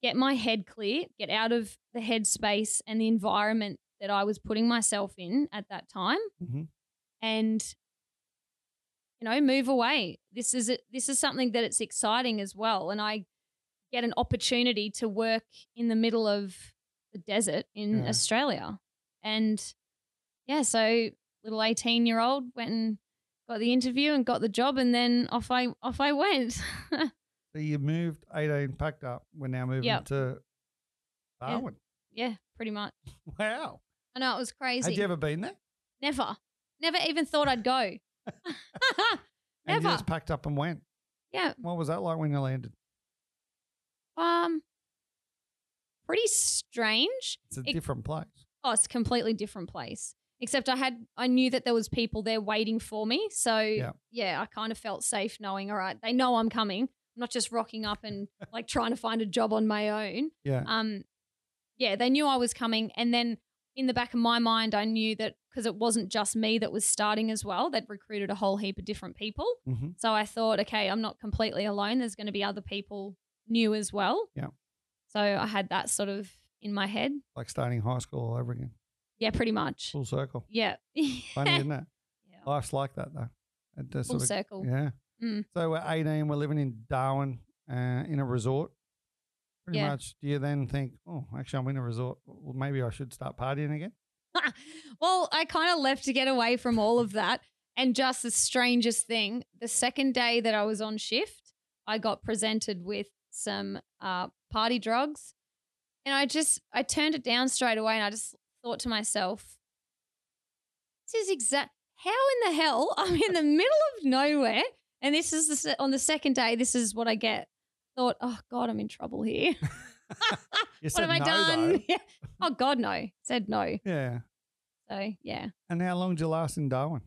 Speaker 3: get my head clear, get out of the headspace and the environment that I was putting myself in at that time
Speaker 4: Mhm.
Speaker 3: and you know move away this is a, this is something that it's exciting as well and i get an opportunity to work in the middle of the desert in
Speaker 4: Yeah.
Speaker 3: australia and yeah so little 18 year old went and got the interview and got the job and then off i off i went (laughs)
Speaker 4: So you moved 18, packed up. We're now moving
Speaker 3: Yep.
Speaker 4: to Darwin. (laughs)
Speaker 3: yeah pretty much
Speaker 4: Wow.
Speaker 3: i know it was crazy
Speaker 4: Had you ever been there?
Speaker 3: never never even thought i'd go (laughs)
Speaker 4: And you
Speaker 3: Never.
Speaker 4: just packed up and went.
Speaker 3: yeah
Speaker 4: What was that like when you landed?
Speaker 3: um pretty strange
Speaker 4: It's a
Speaker 3: It-
Speaker 4: different place.
Speaker 3: Oh, it's a completely different place. Except I had I knew that there was people there waiting for me. So yeah, I kind of felt safe knowing, all right, they know I'm coming. I'm not just rocking up
Speaker 4: (laughs)
Speaker 3: and like trying to find a job on my own.
Speaker 4: Yeah.
Speaker 3: Um yeah, they knew I was coming and then in the back of my mind I knew that because it wasn't just me that was starting as well. They'd recruited a whole heap of different people.
Speaker 4: Mm-hmm.
Speaker 3: So I thought, okay, I'm not completely alone. There's going to be other people new as well.
Speaker 4: Yeah.
Speaker 3: So I had that sort of in my head.
Speaker 4: Like starting high school all over again.
Speaker 3: Yeah, pretty much. (laughs)
Speaker 4: Full circle.
Speaker 3: Yeah.
Speaker 4: Funny, isn't it?
Speaker 3: Yeah.
Speaker 4: Life's like that, though. It just
Speaker 3: Full
Speaker 4: sort of-
Speaker 3: circle.
Speaker 4: Yeah.
Speaker 3: Mm.
Speaker 4: So we're 18, we're living in Darwin uh, in a resort. Pretty
Speaker 3: Yeah.
Speaker 4: much. Do you then think, oh, actually, I'm in a resort. Well, maybe I should start partying again?
Speaker 3: well, I kind of left to get away from all of that. And just the strangest thing, the second day that I was on shift, I got presented with some uh, party drugs. And I just, I turned it down straight away and I just thought to myself, this is exact, how in the hell? (laughs) I'm in the middle of nowhere. And this is the, se- on the second day, this is what I get. Thought, oh God, I'm in trouble
Speaker 4: (laughs)
Speaker 3: here.
Speaker 4: You
Speaker 3: what
Speaker 4: said
Speaker 3: have I
Speaker 4: no,
Speaker 3: done? (laughs)
Speaker 4: though.
Speaker 3: Yeah. Oh God, no. Said no.
Speaker 4: Yeah.
Speaker 3: So yeah.
Speaker 4: And how long did you last in Darwin?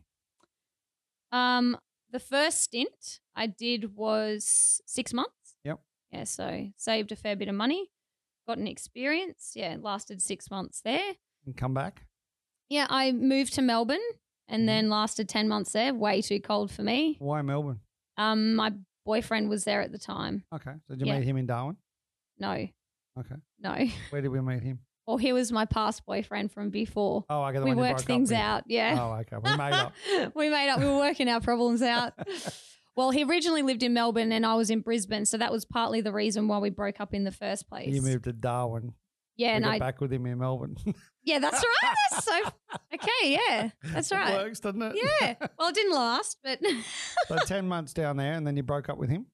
Speaker 3: Um, the first stint I did was six months.
Speaker 4: Yep.
Speaker 3: Yeah, so saved a fair bit of money, got an experience. Yeah, lasted six months there.
Speaker 4: And come back?
Speaker 3: Yeah, I moved to Melbourne and
Speaker 4: Mhm.
Speaker 3: then lasted ten months there. Way too cold for me.
Speaker 4: Why Melbourne?
Speaker 3: Um, my boyfriend was there at the time.
Speaker 4: Okay. So did you
Speaker 3: Yeah.
Speaker 4: meet him in Darwin?
Speaker 3: No,
Speaker 4: Okay.
Speaker 3: no. (laughs)
Speaker 4: Where did we meet him?
Speaker 3: Or he was my past boyfriend from before.
Speaker 4: Oh, okay. The
Speaker 3: we
Speaker 4: one you broke
Speaker 3: worked
Speaker 4: up
Speaker 3: things
Speaker 4: with.
Speaker 3: out. Yeah.
Speaker 4: Oh, okay. We made up.
Speaker 3: (laughs) we made up. We were working our problems
Speaker 4: (laughs)
Speaker 3: out. Well, he originally lived in Melbourne and I was in Brisbane, so that was partly the reason why we broke up in the first place.
Speaker 4: You moved to Darwin.
Speaker 3: yeah,
Speaker 4: we
Speaker 3: and
Speaker 4: got
Speaker 3: I
Speaker 4: back with him in Melbourne.
Speaker 3: yeah, that's right. That's so
Speaker 4: (laughs)
Speaker 3: okay. Yeah, that's
Speaker 4: It
Speaker 3: right.
Speaker 4: (laughs) works, doesn't it?
Speaker 3: Yeah. Well, it didn't last, but (laughs)
Speaker 4: so 10 months down there, and then you broke up with him?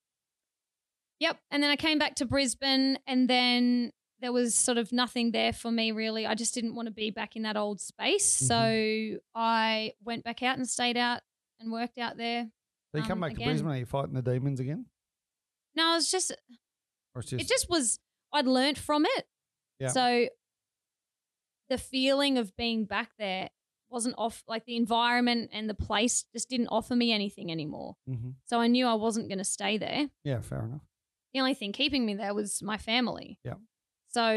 Speaker 3: yep. And then I came back to Brisbane, and then there was sort of nothing there for me really. I just didn't want to be back in that old
Speaker 4: Mm-hmm.
Speaker 3: space, so I went back out and stayed out and worked out there
Speaker 4: They come
Speaker 3: Um,
Speaker 4: back
Speaker 3: again-
Speaker 4: to Brisbane. Are you fighting the demons again?
Speaker 3: No, it's just
Speaker 4: Or it's just,
Speaker 3: it just was I'd learnt from it.
Speaker 4: Yeah.
Speaker 3: So the feeling of being back there wasn't off like the environment and the place just didn't offer me anything anymore.
Speaker 4: Mhm.
Speaker 3: So I knew I wasn't going to stay there.
Speaker 4: yeah, fair enough.
Speaker 3: The only thing keeping me there was my family.
Speaker 4: Yeah.
Speaker 3: So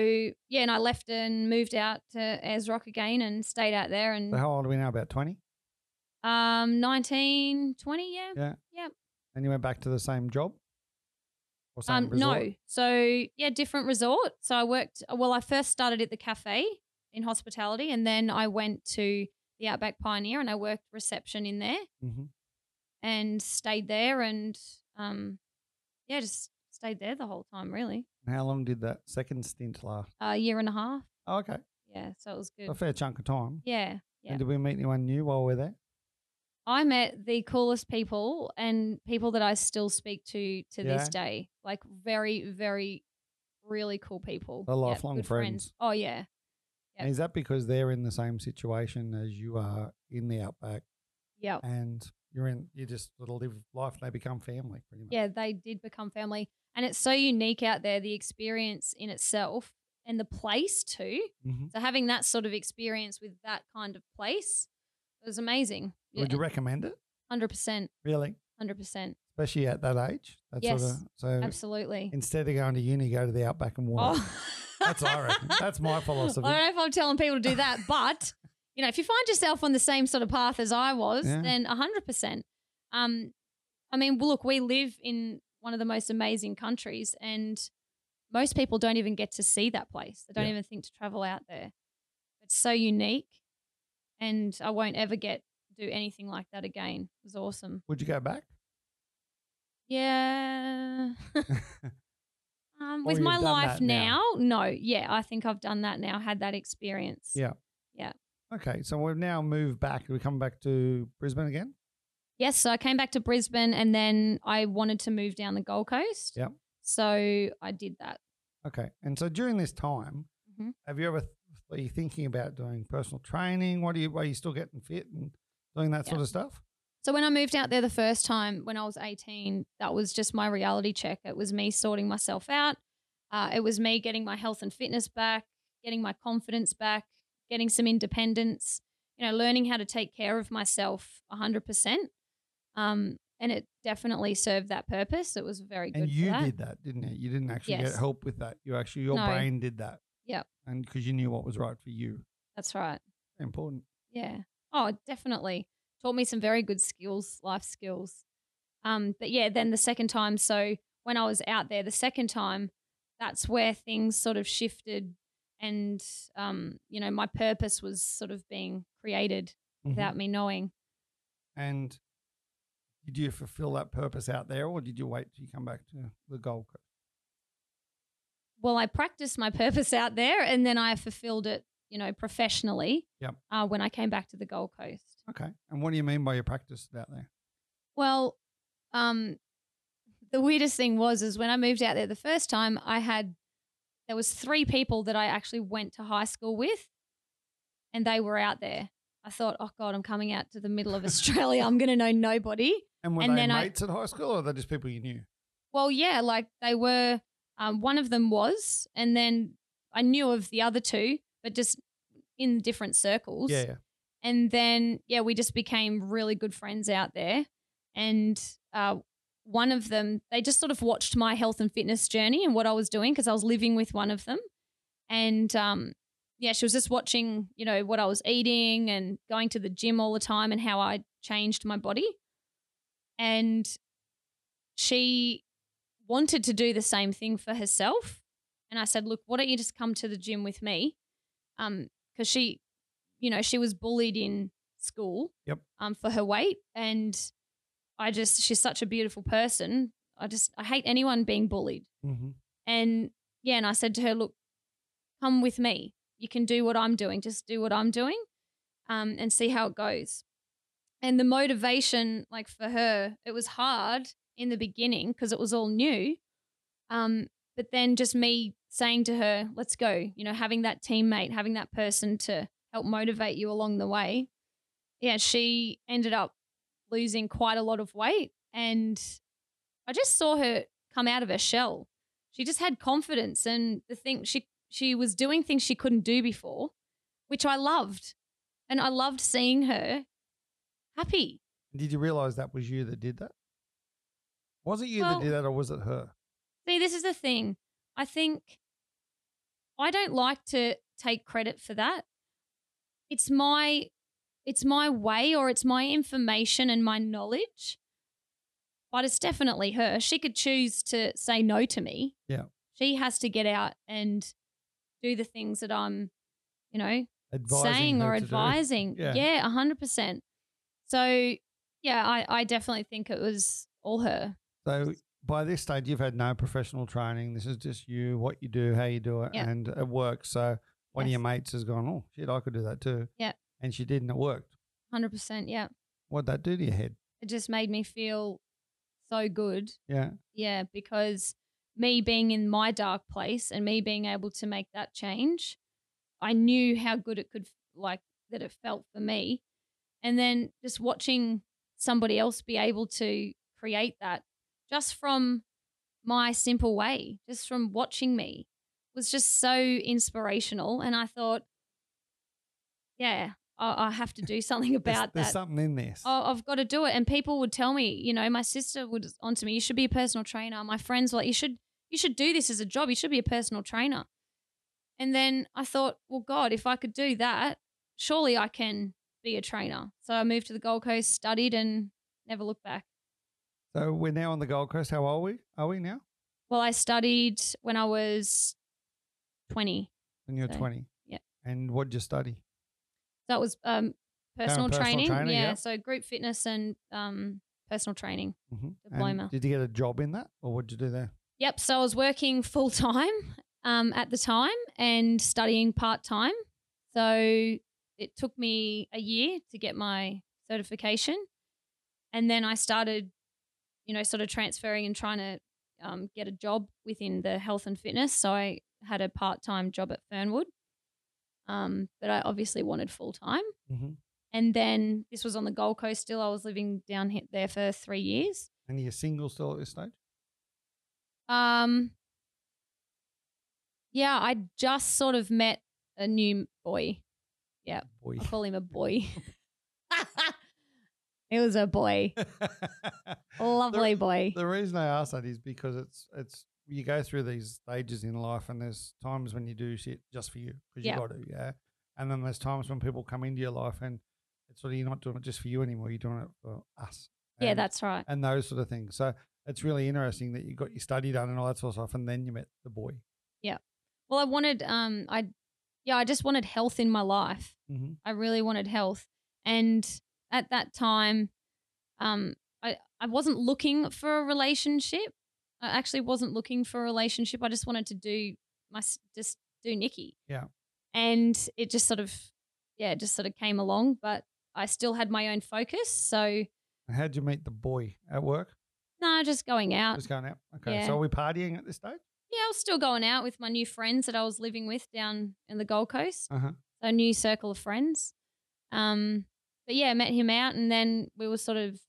Speaker 3: yeah, and I left and moved out to Ayers Rock again and stayed out there and
Speaker 4: So how old are we now? About twenty. Uh-huh.
Speaker 3: um 19, 20, yeah.
Speaker 4: Yeah. And you went back to the same job. Or same
Speaker 3: Um,
Speaker 4: resort?
Speaker 3: no. So yeah, different resort. So I worked. Well, I first started at the cafe in hospitality, and then I went to the Outback Pioneer, and I worked reception in there,
Speaker 4: Mhm.
Speaker 3: and stayed there, and um, yeah, just stayed there the whole time, really,
Speaker 4: And How long did that second stint last?
Speaker 3: a year and a half.
Speaker 4: Oh, okay,
Speaker 3: Yeah, so it was good.
Speaker 4: a fair chunk of time.
Speaker 3: Yeah, yeah.
Speaker 4: And did we meet anyone new while we we're there?
Speaker 3: I met the coolest people and people that I still speak to to this
Speaker 4: Yeah.
Speaker 3: day. Like very, very, really cool people.
Speaker 4: They're
Speaker 3: Yeah,
Speaker 4: lifelong
Speaker 3: good
Speaker 4: friends.
Speaker 3: Oh yeah.
Speaker 4: And
Speaker 3: Yep.
Speaker 4: is that because they're in the same situation as you are in the outback,
Speaker 3: Yeah.
Speaker 4: and you're in, you just sort of live life, and they become family, pretty much.
Speaker 3: yeah, they did become family. And it's so unique out there, the experience in itself and the place too.
Speaker 4: Mhm.
Speaker 3: So having that sort of experience with that kind of place was amazing. Yeah,
Speaker 4: Would you recommend it?
Speaker 3: 100%.
Speaker 4: Really,
Speaker 3: 100%.
Speaker 4: especially at that age. That sort
Speaker 3: Yes,
Speaker 4: of, so
Speaker 3: Absolutely. Oh.
Speaker 4: instead of going to uni, go to the outback and walk. (laughs) That's what I reckon.
Speaker 3: (laughs)
Speaker 4: That's my philosophy.
Speaker 3: I don't know if I'm telling people to do
Speaker 4: (laughs)
Speaker 3: that, but you know, if you find yourself on the same sort of path as I was,
Speaker 4: Yeah.
Speaker 3: then 100%. Um, I mean, well, look, we live in one of the most amazing countries, and most people don't even get to see that place. They don't
Speaker 4: Yeah.
Speaker 3: even think to travel out there. It's so unique, and I won't ever get do anything like that again. It was awesome.
Speaker 4: Would you go back? (laughs)
Speaker 3: Yeah. um, with
Speaker 4: you've
Speaker 3: my
Speaker 4: done
Speaker 3: life
Speaker 4: that now.
Speaker 3: now, no. Yeah, I think I've done that now, had that experience.
Speaker 4: Yeah. Okay, so we've now moved back. We come back to Brisbane again.
Speaker 3: Yes, so I came back to Brisbane and then I wanted to move down the Gold Coast.
Speaker 4: Yep.
Speaker 3: So I did that.
Speaker 4: Okay, and so during this time,
Speaker 3: Mhm.
Speaker 4: have you ever th- were you thinking about doing personal training? What are you? Are you still getting fit and doing that
Speaker 3: Yeah.
Speaker 4: sort of stuff?
Speaker 3: So when I moved out there the first time when I was 18, that was just my reality check. It was me sorting myself out. Uh, it was me getting my health and fitness back, getting my confidence back, getting some independence, you know, learning how to take care of myself 100%. Um, and it definitely served that purpose. It was very good.
Speaker 4: and
Speaker 3: for
Speaker 4: you
Speaker 3: that.
Speaker 4: did that, didn't you? You didn't actually
Speaker 3: Yes.
Speaker 4: get help with that. You actually your
Speaker 3: No.
Speaker 4: brain did that.
Speaker 3: Yep.
Speaker 4: And because you knew what was right for you,
Speaker 3: That's right.
Speaker 4: important.
Speaker 3: Yeah. Oh, definitely. Taught me some very good skills, life skills. Um, but yeah, then the second time, so when I was out there the second time, that's where things sort of shifted and um, you know, my purpose was sort of being created
Speaker 4: Mhm.
Speaker 3: without me knowing.
Speaker 4: And did you fulfill that purpose out there, or did you wait till you come back to the Gold Coast?
Speaker 3: Well, I practiced my (laughs) purpose out there and then I fulfilled it, you know, professionally
Speaker 4: Yep.
Speaker 3: uh, when I came back to the Gold Coast.
Speaker 4: Okay. And what do you mean by your practice out there?
Speaker 3: Well, um, the weirdest thing was is when I moved out there the first time, I had there was three people that I actually went to high school with, and they were out there. I thought, oh god, I'm coming out to the middle of Australia. I'm going to know nobody.
Speaker 4: And were
Speaker 3: And
Speaker 4: they
Speaker 3: then I-
Speaker 4: mates at high school, or are they just people you knew?
Speaker 3: Well, yeah, like they were. Um, one of them was, and then I knew of the other two, but just in different circles.
Speaker 4: Yeah. yeah.
Speaker 3: and then yeah we just became really good friends out there and uh, one of them they just sort of watched my health and fitness journey and what i was doing because i was living with one of them and um, yeah she was just watching you know what i was eating and going to the gym all the time and how i changed my body and she wanted to do the same thing for herself and i said look why don't you just come to the gym with me um because she you know she was bullied in school
Speaker 4: Yep.
Speaker 3: um for her weight and i just she's such a beautiful person i just i hate anyone being bullied
Speaker 4: Mm-hmm.
Speaker 3: and yeah, and I said to her, look, come with me. You can do what I'm doing. Just do what I'm doing um, and see how it goes. And the motivation, like for her, it was hard in the beginning because it was all new. Um, but then just me saying to her, let's go, you know, having that teammate, having that person to help motivate you along the way. Yeah, she ended up losing quite a lot of weight And I just saw her come out of her shell. She just had confidence and the thing she she was doing things she couldn't do before, which I loved. And I loved seeing her happy.
Speaker 4: Did you realize that was you that did that? Was it you
Speaker 3: Well-
Speaker 4: that did that, or was it her?
Speaker 3: See, this is the thing. I think I don't like to take credit for that. It's my it's my way or it's my information and my knowledge. But it's definitely her. She could choose to say no to me.
Speaker 4: Yeah.
Speaker 3: She has to get out and do the things that I'm, you know,
Speaker 4: Advising
Speaker 3: saying
Speaker 4: her
Speaker 3: or
Speaker 4: to do?
Speaker 3: advising.
Speaker 4: Yeah.
Speaker 3: Yeah, a 100%. So, yeah, I, I definitely think it was all her.
Speaker 4: So by this stage, you've had no professional training. This is just you, what you do, how you do it,
Speaker 3: Yeah.
Speaker 4: and it works. So one of your
Speaker 3: Yes.
Speaker 4: mates has gone, oh shit, I could do that too.
Speaker 3: Yeah.
Speaker 4: And she did, and it worked.
Speaker 3: 100%. Yeah.
Speaker 4: What'd that do to your head?
Speaker 3: It just made me feel so good.
Speaker 4: Yeah.
Speaker 3: Yeah, because me being in my dark place and me being able to make that change, I knew how good it could, like, that it felt for me. And then just watching somebody else be able to create that just from my simple way, just from watching me, was just so inspirational. And I thought, yeah, I, I have to do something
Speaker 4: There's-
Speaker 3: about
Speaker 4: there's,
Speaker 3: that
Speaker 4: something in this.
Speaker 3: oh, I've got to do it. And people would tell me, you know, my sister would onto me, you should be a personal trainer. My friends were like, you should, you should do this as a job. You should be a personal trainer. And then I thought, well, God, if I could do that, surely I can be a trainer. So I moved to the Gold Coast, studied, and never looked back.
Speaker 4: So we're now on the Gold Coast. How old are we? Are we now?
Speaker 3: Well, I studied when I was 20.
Speaker 4: When you're
Speaker 3: So,
Speaker 4: 20.
Speaker 3: yeah.
Speaker 4: And what'd you study?
Speaker 3: So that was um, personal,
Speaker 4: personal
Speaker 3: training.
Speaker 4: trainer,
Speaker 3: yeah.
Speaker 4: yeah.
Speaker 3: So group fitness and um, personal training.
Speaker 4: Mhm. And
Speaker 3: Diploma.
Speaker 4: Did you get a job in that, or what'd you do there?
Speaker 3: Yep. So I was working full time um, at the time and studying part time. So it took me a year to get my certification. And then I started, you know, sort of transferring and trying to um, get a job within the health and fitness. So I had a part time job at Fernwood, um, but I obviously wanted full time.
Speaker 4: Mm-hmm.
Speaker 3: And then this was on the Gold Coast still. I was living down he- there for three years.
Speaker 4: And you're single still at this stage?
Speaker 3: Um, yeah, I just sort of met a new boy.
Speaker 4: Boy.
Speaker 3: I call him a boy. (laughs) it was a boy, lovely boy.
Speaker 4: (laughs) The reason I ask that is because it's it's you go through these stages in life, and there's times when you do shit just for you because
Speaker 3: Yeah.
Speaker 4: you got to, yeah. And then there's times when people come into your life, and it's sort of you're not doing it just for you anymore. You're doing it for us.
Speaker 3: Yeah,
Speaker 4: and,
Speaker 3: that's right.
Speaker 4: and those sort of things. So it's really interesting that you got your study done and all that sort of stuff, and then you met the boy.
Speaker 3: Well, I wanted, um, I, yeah, I just wanted health in my life.
Speaker 4: Mm-hmm.
Speaker 3: I really wanted health. And at that time, um, I, I wasn't looking for a relationship. I actually wasn't looking for a relationship. I just wanted to do my s- just do Nikki.
Speaker 4: Yeah.
Speaker 3: And it just sort of yeah, it just sort of came along, but I still had my own focus. So
Speaker 4: How'd you meet the boy at work?
Speaker 3: no, just going out.
Speaker 4: Just going out. Okay,
Speaker 3: Uh, yeah.
Speaker 4: so are we partying at this stage?
Speaker 3: yeah, I was still going out with my new friends that I was living with down in the Gold Coast.
Speaker 4: Uh-huh.
Speaker 3: So new circle of friends. Um, but yeah, met him out, and then we were sort of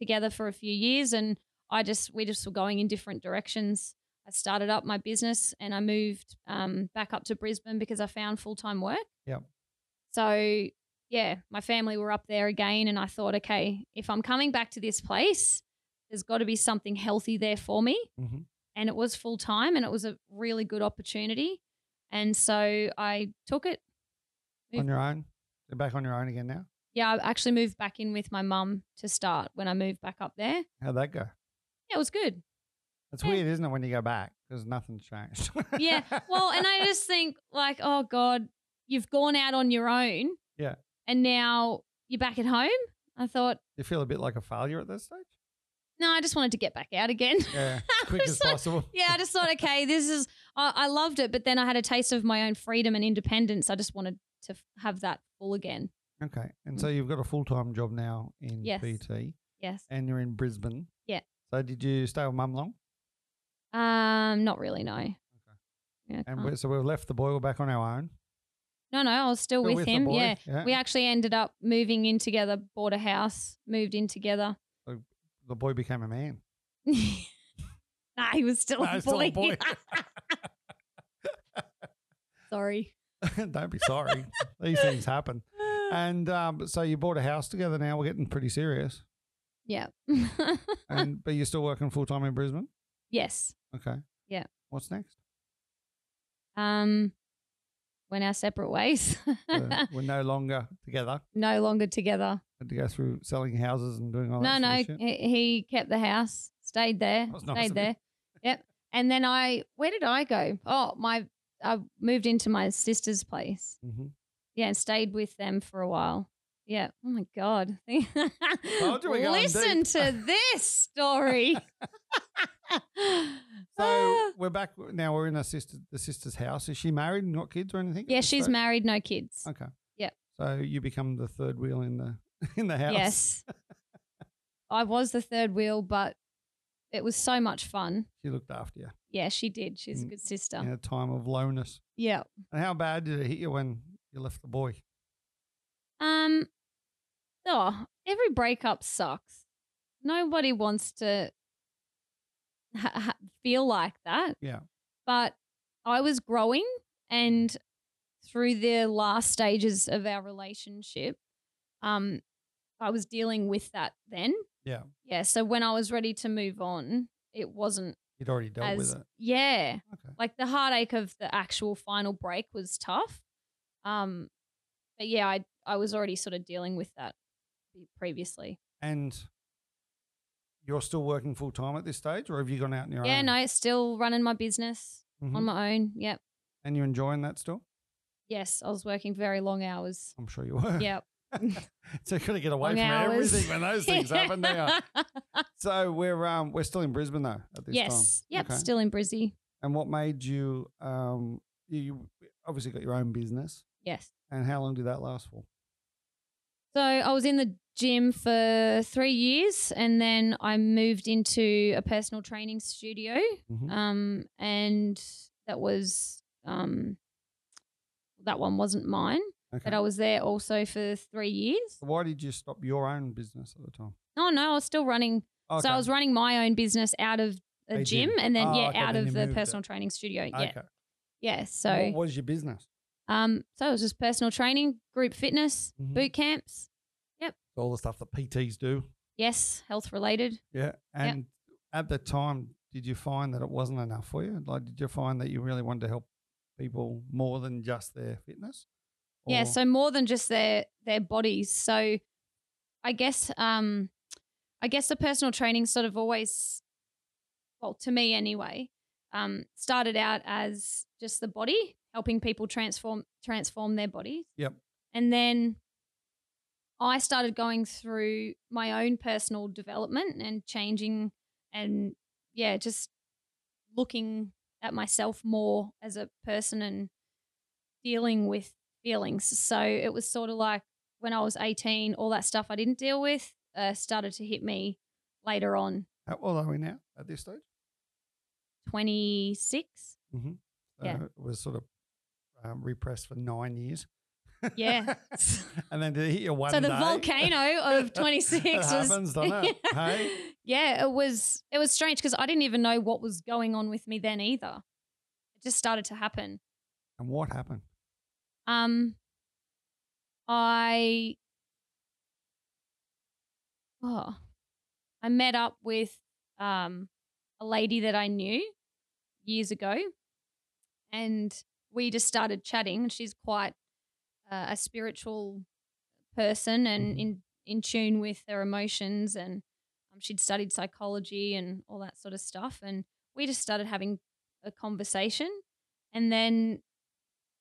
Speaker 3: together for a few years, and I just we just were going in different directions. I started up my business, and I moved um, back up to Brisbane because I found full time work.
Speaker 4: Yep.
Speaker 3: So yeah, my family were up there again, and I thought, okay, if I'm coming back to this place, there's got to be something healthy there for me
Speaker 4: Mm-hmm.
Speaker 3: and it was full time and it was a really good opportunity. And so I took it.
Speaker 4: On your own? You're back on your own again now.
Speaker 3: Yeah, I actually moved back in with my mum to start when I moved back up there.
Speaker 4: How'd that go?
Speaker 3: Yeah, it was good.
Speaker 4: It's
Speaker 3: Yeah.
Speaker 4: weird, isn't it, when you go back because nothing's changed. (laughs)
Speaker 3: Yeah. Well, and I just think like, oh God, you've gone out on your own.
Speaker 4: Yeah.
Speaker 3: And now you're back at home. I thought,
Speaker 4: you feel a bit like a failure at
Speaker 3: (laughs)
Speaker 4: this stage.
Speaker 3: no, I just wanted to get back out again. (laughs)
Speaker 4: Yeah, quick
Speaker 3: It's
Speaker 4: as
Speaker 3: like-
Speaker 4: possible.
Speaker 3: yeah, I just thought, okay, this is, I I loved it, but then I had a taste of my own freedom and independence. I just wanted to f- have that full again.
Speaker 4: Okay, and so you've got a full time job now in
Speaker 3: Mm. Yes.
Speaker 4: BT,
Speaker 3: Yes.
Speaker 4: and you're in Brisbane.
Speaker 3: Yeah.
Speaker 4: So did you stay with mum long?
Speaker 3: Um, not really, no. Yeah, I
Speaker 4: And
Speaker 3: can't-
Speaker 4: we, so we've left the boy. We're back on our own.
Speaker 3: no, no, I was still,
Speaker 4: Still
Speaker 3: with,
Speaker 4: the
Speaker 3: him.
Speaker 4: boy?
Speaker 3: Yeah. we actually ended up moving in together, (laughs) bought a house, moved in together.
Speaker 4: the boy became a man.
Speaker 3: nah, he was still,
Speaker 4: No,
Speaker 3: a,
Speaker 4: still
Speaker 3: boy.
Speaker 4: a boy.
Speaker 3: (laughs) Sorry.
Speaker 4: (laughs) Don't be sorry. These
Speaker 3: (laughs)
Speaker 4: things happen. And um, so you bought a house together now. We're getting pretty serious.
Speaker 3: yeah. (laughs)
Speaker 4: And but you're still working full time in Brisbane.
Speaker 3: yes.
Speaker 4: Okay.
Speaker 3: Yeah.
Speaker 4: What's next?
Speaker 3: (laughs) Um, went our separate ways.
Speaker 4: We're, we're no longer together.
Speaker 3: (laughs) no longer together.
Speaker 4: Had to go through selling houses and doing all
Speaker 3: No,
Speaker 4: that.
Speaker 3: no.
Speaker 4: sort of shit.
Speaker 3: He, he kept the house, stayed there,
Speaker 4: was nice
Speaker 3: stayed
Speaker 4: of him.
Speaker 3: there. Yep. And then I, where did I go? Oh, my, I moved into my sister's place.
Speaker 4: Mhm.
Speaker 3: Yeah, and stayed with them for a while. Yeah. Oh my God. (laughs)
Speaker 4: Told you we're going
Speaker 3: Listen
Speaker 4: deep. (laughs)
Speaker 3: to this story. Ah.
Speaker 4: So we're back now. We're in our sister, the sister's house. Is she married and got kids or anything?
Speaker 3: (sighs)
Speaker 4: at
Speaker 3: yeah,
Speaker 4: this
Speaker 3: she's
Speaker 4: stage?
Speaker 3: married, no kids.
Speaker 4: Okay.
Speaker 3: Yep.
Speaker 4: So you become the third wheel in the (laughs) in the house.
Speaker 3: Yes. I was the third wheel, but it was so much fun.
Speaker 4: She looked after you
Speaker 3: Yeah, she did. She's a
Speaker 4: Mm,
Speaker 3: good sister.
Speaker 4: in a time of lowness.
Speaker 3: Yeah.
Speaker 4: And how bad did it hit you when you left the boy?
Speaker 3: Um. Oh, every breakup sucks. Nobody wants to ha- ha- feel like that.
Speaker 4: Yeah.
Speaker 3: But I was growing, and through the last stages of our relationship, um, I was dealing with that then.
Speaker 4: Yeah.
Speaker 3: Yeah. So when I was ready to move on, it wasn't
Speaker 4: You'd already dealt
Speaker 3: as
Speaker 4: with it.
Speaker 3: yeah.
Speaker 4: Okay.
Speaker 3: Like the heartache of the actual final break was tough. Um, but yeah, I I was already sort of dealing with that pre- previously.
Speaker 4: And you're still working full time at this stage, or have you gone out on your
Speaker 3: Yeah,
Speaker 4: own?
Speaker 3: no, still running my business
Speaker 4: Mhm.
Speaker 3: on my own. Yep.
Speaker 4: And you're enjoying that still?
Speaker 3: Yes, I was working very long hours.
Speaker 4: (laughs) I'm sure you were.
Speaker 3: Yep.
Speaker 4: so you gotta get away
Speaker 3: Long
Speaker 4: from
Speaker 3: hours.
Speaker 4: everything when
Speaker 3: (laughs)
Speaker 4: those things happen now. So we're um we're still in Brisbane though at this time.
Speaker 3: yes. Yep.
Speaker 4: Okay.
Speaker 3: Still in Brizzy.
Speaker 4: And what made you um you, you obviously got your own business.
Speaker 3: Yes.
Speaker 4: And how long did that last for?
Speaker 3: So I was in the gym for three years, and then I moved into a personal training studio.
Speaker 4: Mhm.
Speaker 3: Um, and that was um, that one wasn't mine,
Speaker 4: Okay.
Speaker 3: but I was there also for three years.
Speaker 4: Why did you stop your own business at the time?
Speaker 3: Oh no, I was still running. So I was running my own business out of a
Speaker 4: A
Speaker 3: gym,
Speaker 4: gym.
Speaker 3: and then
Speaker 4: Oh,
Speaker 3: yeah,
Speaker 4: okay,
Speaker 3: out
Speaker 4: then
Speaker 3: of
Speaker 4: you
Speaker 3: the
Speaker 4: moved it.
Speaker 3: personal training studio. Yeah,
Speaker 4: Okay.
Speaker 3: yeah. So
Speaker 4: what was your business?
Speaker 3: um, so it was just personal training, group fitness,
Speaker 4: Mhm.
Speaker 3: boot camps.
Speaker 4: All the stuff that PTs do.
Speaker 3: Yes, health related.
Speaker 4: Yeah. And at the time, did you find that it wasn't enough for you? Like, did you find that you really wanted to help people more than just their fitness?
Speaker 3: Yeah,
Speaker 4: Or-
Speaker 3: so more than just their their bodies. So I guess um I guess the personal training sort of always well to me anyway, um started out as just the body, helping people transform transform their bodies.
Speaker 4: Yep.
Speaker 3: And then I started going through my own personal development and changing and yeah, just looking at myself more as a person and dealing with feelings. So it was sort of like when I was 18, all that stuff I didn't deal with uh, started to hit me later on,
Speaker 4: How old are we now at this stage?
Speaker 3: 26. Yeah.
Speaker 4: it was sort of um, repressed for nine years.
Speaker 3: Yeah.
Speaker 4: (laughs)
Speaker 3: (laughs)
Speaker 4: and then did it hit you one
Speaker 3: so the
Speaker 4: day?
Speaker 3: volcano
Speaker 4: (laughs)
Speaker 3: of 26
Speaker 4: It
Speaker 3: was.
Speaker 4: happens,
Speaker 3: (laughs)
Speaker 4: doesn't it? Hey?
Speaker 3: Yeah, it was it was strange because I didn't even know what was going on with me then either. It just started to happen.
Speaker 4: And what happened?
Speaker 3: Um, I oh, I met up with um a lady that I knew years ago, and we just started chatting. And she's quite uh, a spiritual person and
Speaker 4: Mhm.
Speaker 3: in in tune with her emotions, and um, she'd studied psychology and all that sort of stuff. And we just started having a conversation, and then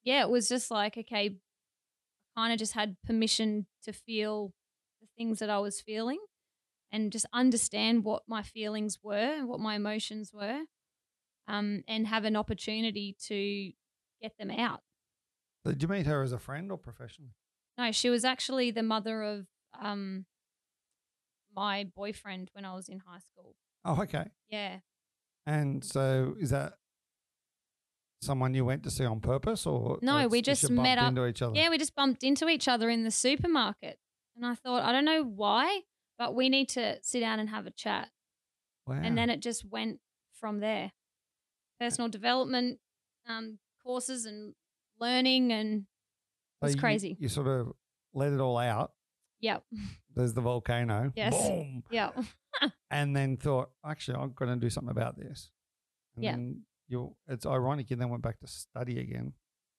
Speaker 3: yeah, it was just like, okay, kind of just had permission to feel the things that I was feeling and just understand what my feelings were and what my emotions were um, and have an opportunity to get them out.
Speaker 4: Did you meet her as a friend or professionally?
Speaker 3: No, she was actually the mother of um, my boyfriend when I was in high school.
Speaker 4: Oh, okay.
Speaker 3: Yeah.
Speaker 4: And so is that someone you went to see on purpose or
Speaker 3: No,
Speaker 4: it's
Speaker 3: we
Speaker 4: you
Speaker 3: just
Speaker 4: bumped
Speaker 3: met up-
Speaker 4: into each other?
Speaker 3: Yeah, we just bumped into each other in the supermarket. And I thought, I don't know why. But we need to sit down and have a chat.
Speaker 4: Wow.
Speaker 3: And then it just went from there. Personal development um, courses and learning and
Speaker 4: So
Speaker 3: it's
Speaker 4: you-
Speaker 3: crazy.
Speaker 4: You sort of let it all out.
Speaker 3: yep,
Speaker 4: There's the volcano.
Speaker 3: Yes.
Speaker 4: Boom.
Speaker 3: yep.
Speaker 4: And then thought, actually, I'm going to do something about this. And
Speaker 3: Yeah.
Speaker 4: Then you it's ironic. You then went back to study again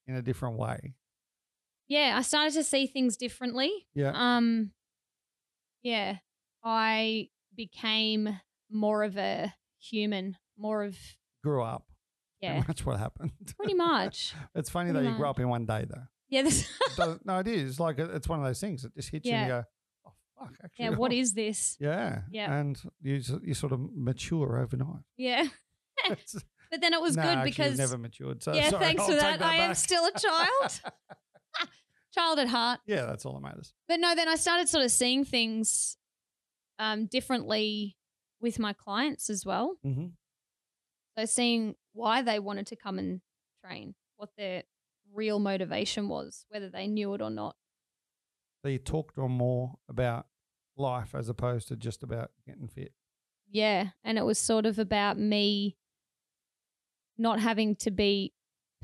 Speaker 4: in a different way.
Speaker 3: Yeah, I started to see things differently.
Speaker 4: Yeah.
Speaker 3: Um yeah, I became more of a human, more of
Speaker 4: Grew up.
Speaker 3: yeah,
Speaker 4: That's (laughs) what happened.
Speaker 3: pretty much.
Speaker 4: (laughs) it's funny that
Speaker 3: pretty
Speaker 4: you grew
Speaker 3: much.
Speaker 4: up in one day, though.
Speaker 3: Yeah, this,
Speaker 4: It does- no, it is. Like, it- it's one of those things that just hits you
Speaker 3: Yeah.
Speaker 4: and you go, oh, fuck, actually.
Speaker 3: yeah,
Speaker 4: (laughs)
Speaker 3: what is this?
Speaker 4: Yeah.
Speaker 3: Yeah.
Speaker 4: And you, s- you sort of mature overnight.
Speaker 3: Yeah.
Speaker 4: It's-
Speaker 3: But then (laughs) it was
Speaker 4: no,
Speaker 3: good
Speaker 4: actually, you've
Speaker 3: because
Speaker 4: never matured. So
Speaker 3: Yeah,
Speaker 4: sorry,
Speaker 3: thanks
Speaker 4: I'll
Speaker 3: for
Speaker 4: take
Speaker 3: that. I am
Speaker 4: back.
Speaker 3: still a
Speaker 4: (laughs)
Speaker 3: child. (laughs) child at heart.
Speaker 4: yeah, that's all that matters.
Speaker 3: But no, then I started sort of seeing things um differently with my clients as well.
Speaker 4: Mm-hmm.
Speaker 3: So seeing why they wanted to come and train, what their real motivation was, whether they knew it or not.
Speaker 4: So you talk to them more about life as opposed to just about getting fit.
Speaker 3: Yeah. And it was sort of about me not having to be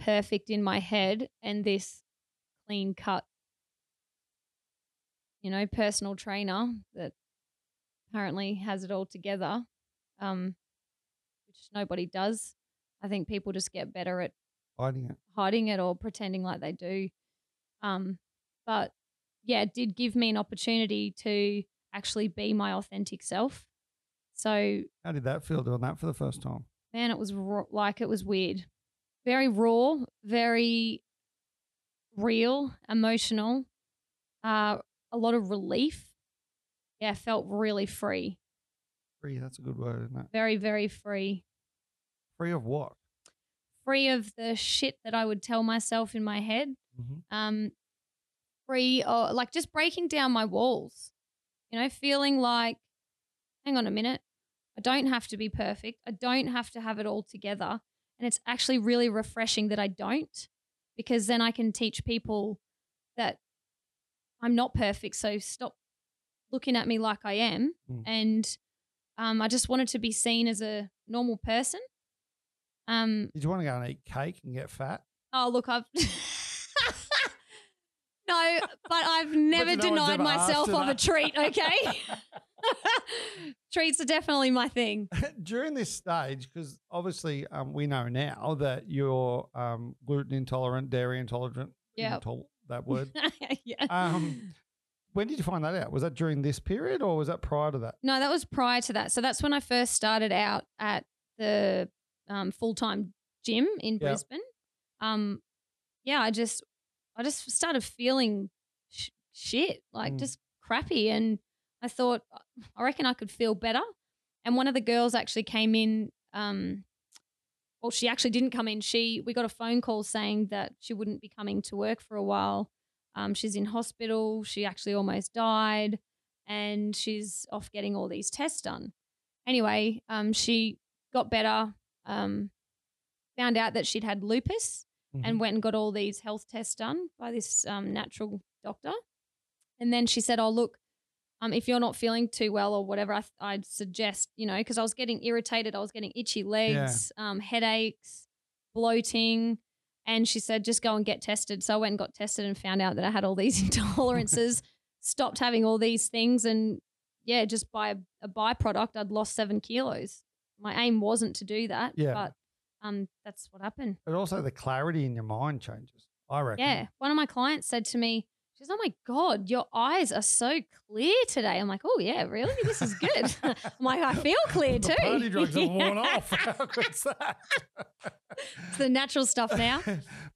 Speaker 3: perfect in my head and this clean cut, you know, personal trainer that apparently has it all together, um, which nobody does. I think people just get better at
Speaker 4: Hiding it.
Speaker 3: hiding it or pretending like they do. Um, but yeah, it did give me an opportunity to actually be my authentic self. So
Speaker 4: How did that feel doing that for the first time?
Speaker 3: man, it was raw, like it was weird, very raw, very real, emotional. Uh, a lot of relief. Yeah, I felt really free,
Speaker 4: Free, that's a good word, isn't it?
Speaker 3: very very free,
Speaker 4: Free of what?
Speaker 3: free of the shit that I would tell myself in my head.
Speaker 4: Mm-hmm.
Speaker 3: um free or like just breaking down my walls you know feeling like hang on a minute i don't have to be perfect i don't have to have it all together and it's actually really refreshing that i don't because then i can teach people that i'm not perfect so stop looking at me like i am
Speaker 4: Mm.
Speaker 3: and um, i just wanted to be seen as a normal person um,
Speaker 4: Did you want to go and eat cake and get fat? (laughs)
Speaker 3: Oh, look, I've. (laughs) no, but I've never
Speaker 4: But no one's
Speaker 3: denied
Speaker 4: ever asked
Speaker 3: myself
Speaker 4: you
Speaker 3: of a
Speaker 4: that. (laughs)
Speaker 3: treat, okay? (laughs) Treats are definitely my
Speaker 4: (laughs)
Speaker 3: thing.
Speaker 4: During this stage, because obviously um, we know now that you're um, gluten intolerant, dairy intolerant.
Speaker 3: Yeah.
Speaker 4: intol- that word.
Speaker 3: (laughs) yeah.
Speaker 4: Um, when did you find that out? Was that during this period or was that prior to that?
Speaker 3: no, that was prior to that. So that's when I first started out at the um, full time gym in
Speaker 4: Yeah.
Speaker 3: Brisbane. Um, yeah, I just, I just started feeling sh- shit, like
Speaker 4: Mm.
Speaker 3: just crappy, and I thought, I reckon I could feel better. And one of the girls actually came in. Um, well, she actually didn't come in. She we got a phone call saying that she wouldn't be coming to work for a while. Um, she's in hospital. She actually almost died, and she's off getting all these tests done. Anyway, um, she got better. Um, found out that she'd had lupus and went and got all these health tests done by this um, natural doctor. And then she said, "Oh look, um, if you're not feeling too well or whatever, I th- I'd suggest you know because I was getting irritated, I was getting itchy legs, um, headaches, bloating." And she said, "Just go and get tested." So I went and got tested and found out that I had all these (laughs) intolerances. stopped having all these things, and yeah, just by a, a byproduct, I'd lost seven kilos. My aim wasn't to do that,
Speaker 4: Yeah.
Speaker 3: but um, that's what happened.
Speaker 4: But also the clarity in your mind changes, I reckon.
Speaker 3: Yeah. One of my clients said to me, she says, Oh my God, your eyes are so clear today. I'm like, Oh, yeah, really? This is good. (laughs) I'm like, I feel clear
Speaker 4: the
Speaker 3: too.
Speaker 4: Party drugs have
Speaker 3: (laughs)
Speaker 4: worn
Speaker 3: Yeah.
Speaker 4: off. (laughs) How good's that?
Speaker 3: It's the natural stuff
Speaker 4: (laughs)
Speaker 3: now.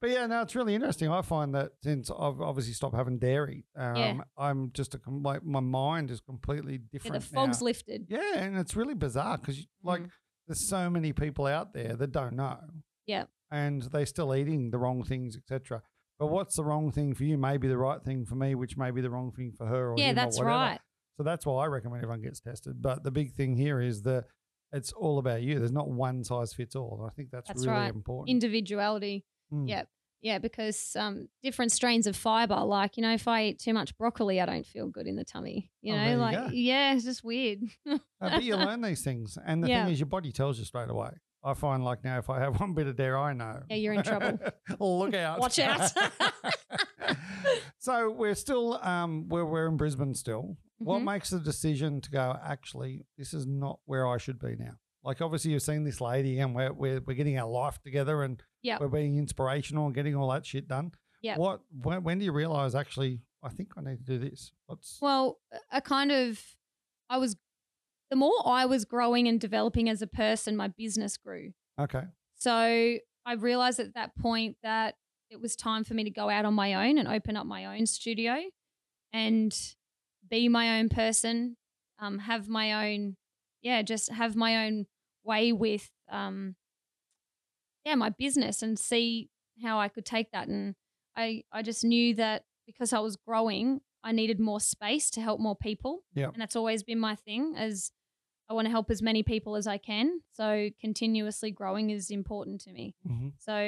Speaker 4: but yeah, no, it's really interesting. I find that since I've obviously stopped having dairy, um,
Speaker 3: Yeah.
Speaker 4: I'm just a, com- like my mind is completely
Speaker 3: Yeah, the
Speaker 4: different. now.
Speaker 3: fog's Mm-hmm. lifted.
Speaker 4: Yeah, and it's really bizarre because like there's so many people out there that don't know.
Speaker 3: Yeah.
Speaker 4: And they're still eating the wrong things, etc. But what's the wrong thing for you may be the right thing for me, which may be the wrong thing for her or
Speaker 3: Yeah,
Speaker 4: him
Speaker 3: that's
Speaker 4: or whatever.
Speaker 3: right.
Speaker 4: So that's why I recommend everyone gets tested. But the big thing here is that it's all about you. There's not one size fits all. I think that's,
Speaker 3: That's
Speaker 4: really
Speaker 3: right.
Speaker 4: important.
Speaker 3: Individuality.
Speaker 4: Mm.
Speaker 3: Yeah. Yeah, because um, different strains of fiber, like, you know, if I eat too much broccoli, I don't feel good in the tummy. You
Speaker 4: Oh,
Speaker 3: know,
Speaker 4: there you
Speaker 3: like,
Speaker 4: go.
Speaker 3: yeah, it's just weird.
Speaker 4: Uh, but you learn these things, and the
Speaker 3: Yeah.
Speaker 4: thing is, your body tells you straight away. I find like now, if I have (laughs) one bit of dairy, I know.
Speaker 3: Yeah, you're in trouble.
Speaker 4: (laughs) Look out!
Speaker 3: Watch out.
Speaker 4: (laughs)
Speaker 3: (laughs)
Speaker 4: so we're still, um, we're we're in Brisbane still. What
Speaker 3: Mhm.
Speaker 4: makes the decision to go? Actually, this is not where I should be now. Like obviously, you've seen this lady, and we're we're, we're getting our life together, and
Speaker 3: Yep.
Speaker 4: we're being inspirational and getting all that shit done.
Speaker 3: Yep.
Speaker 4: What? When, when do you realize actually? I think I need to do this. What's
Speaker 3: Well, I kind of, I was, the more I was growing and developing as a person, my business grew.
Speaker 4: okay?
Speaker 3: So I realized at that point that it was time for me to go out on my own and open up my own studio and be my own person, um, have my own, yeah, just have my own way with, um, yeah, my business and see how I could take that. And I, I just knew that because I was growing, I needed more space to help more people.
Speaker 4: Yeah.
Speaker 3: And that's always been my thing as I want to help as many people as I can. So continuously growing is important to me.
Speaker 4: Mhm.
Speaker 3: So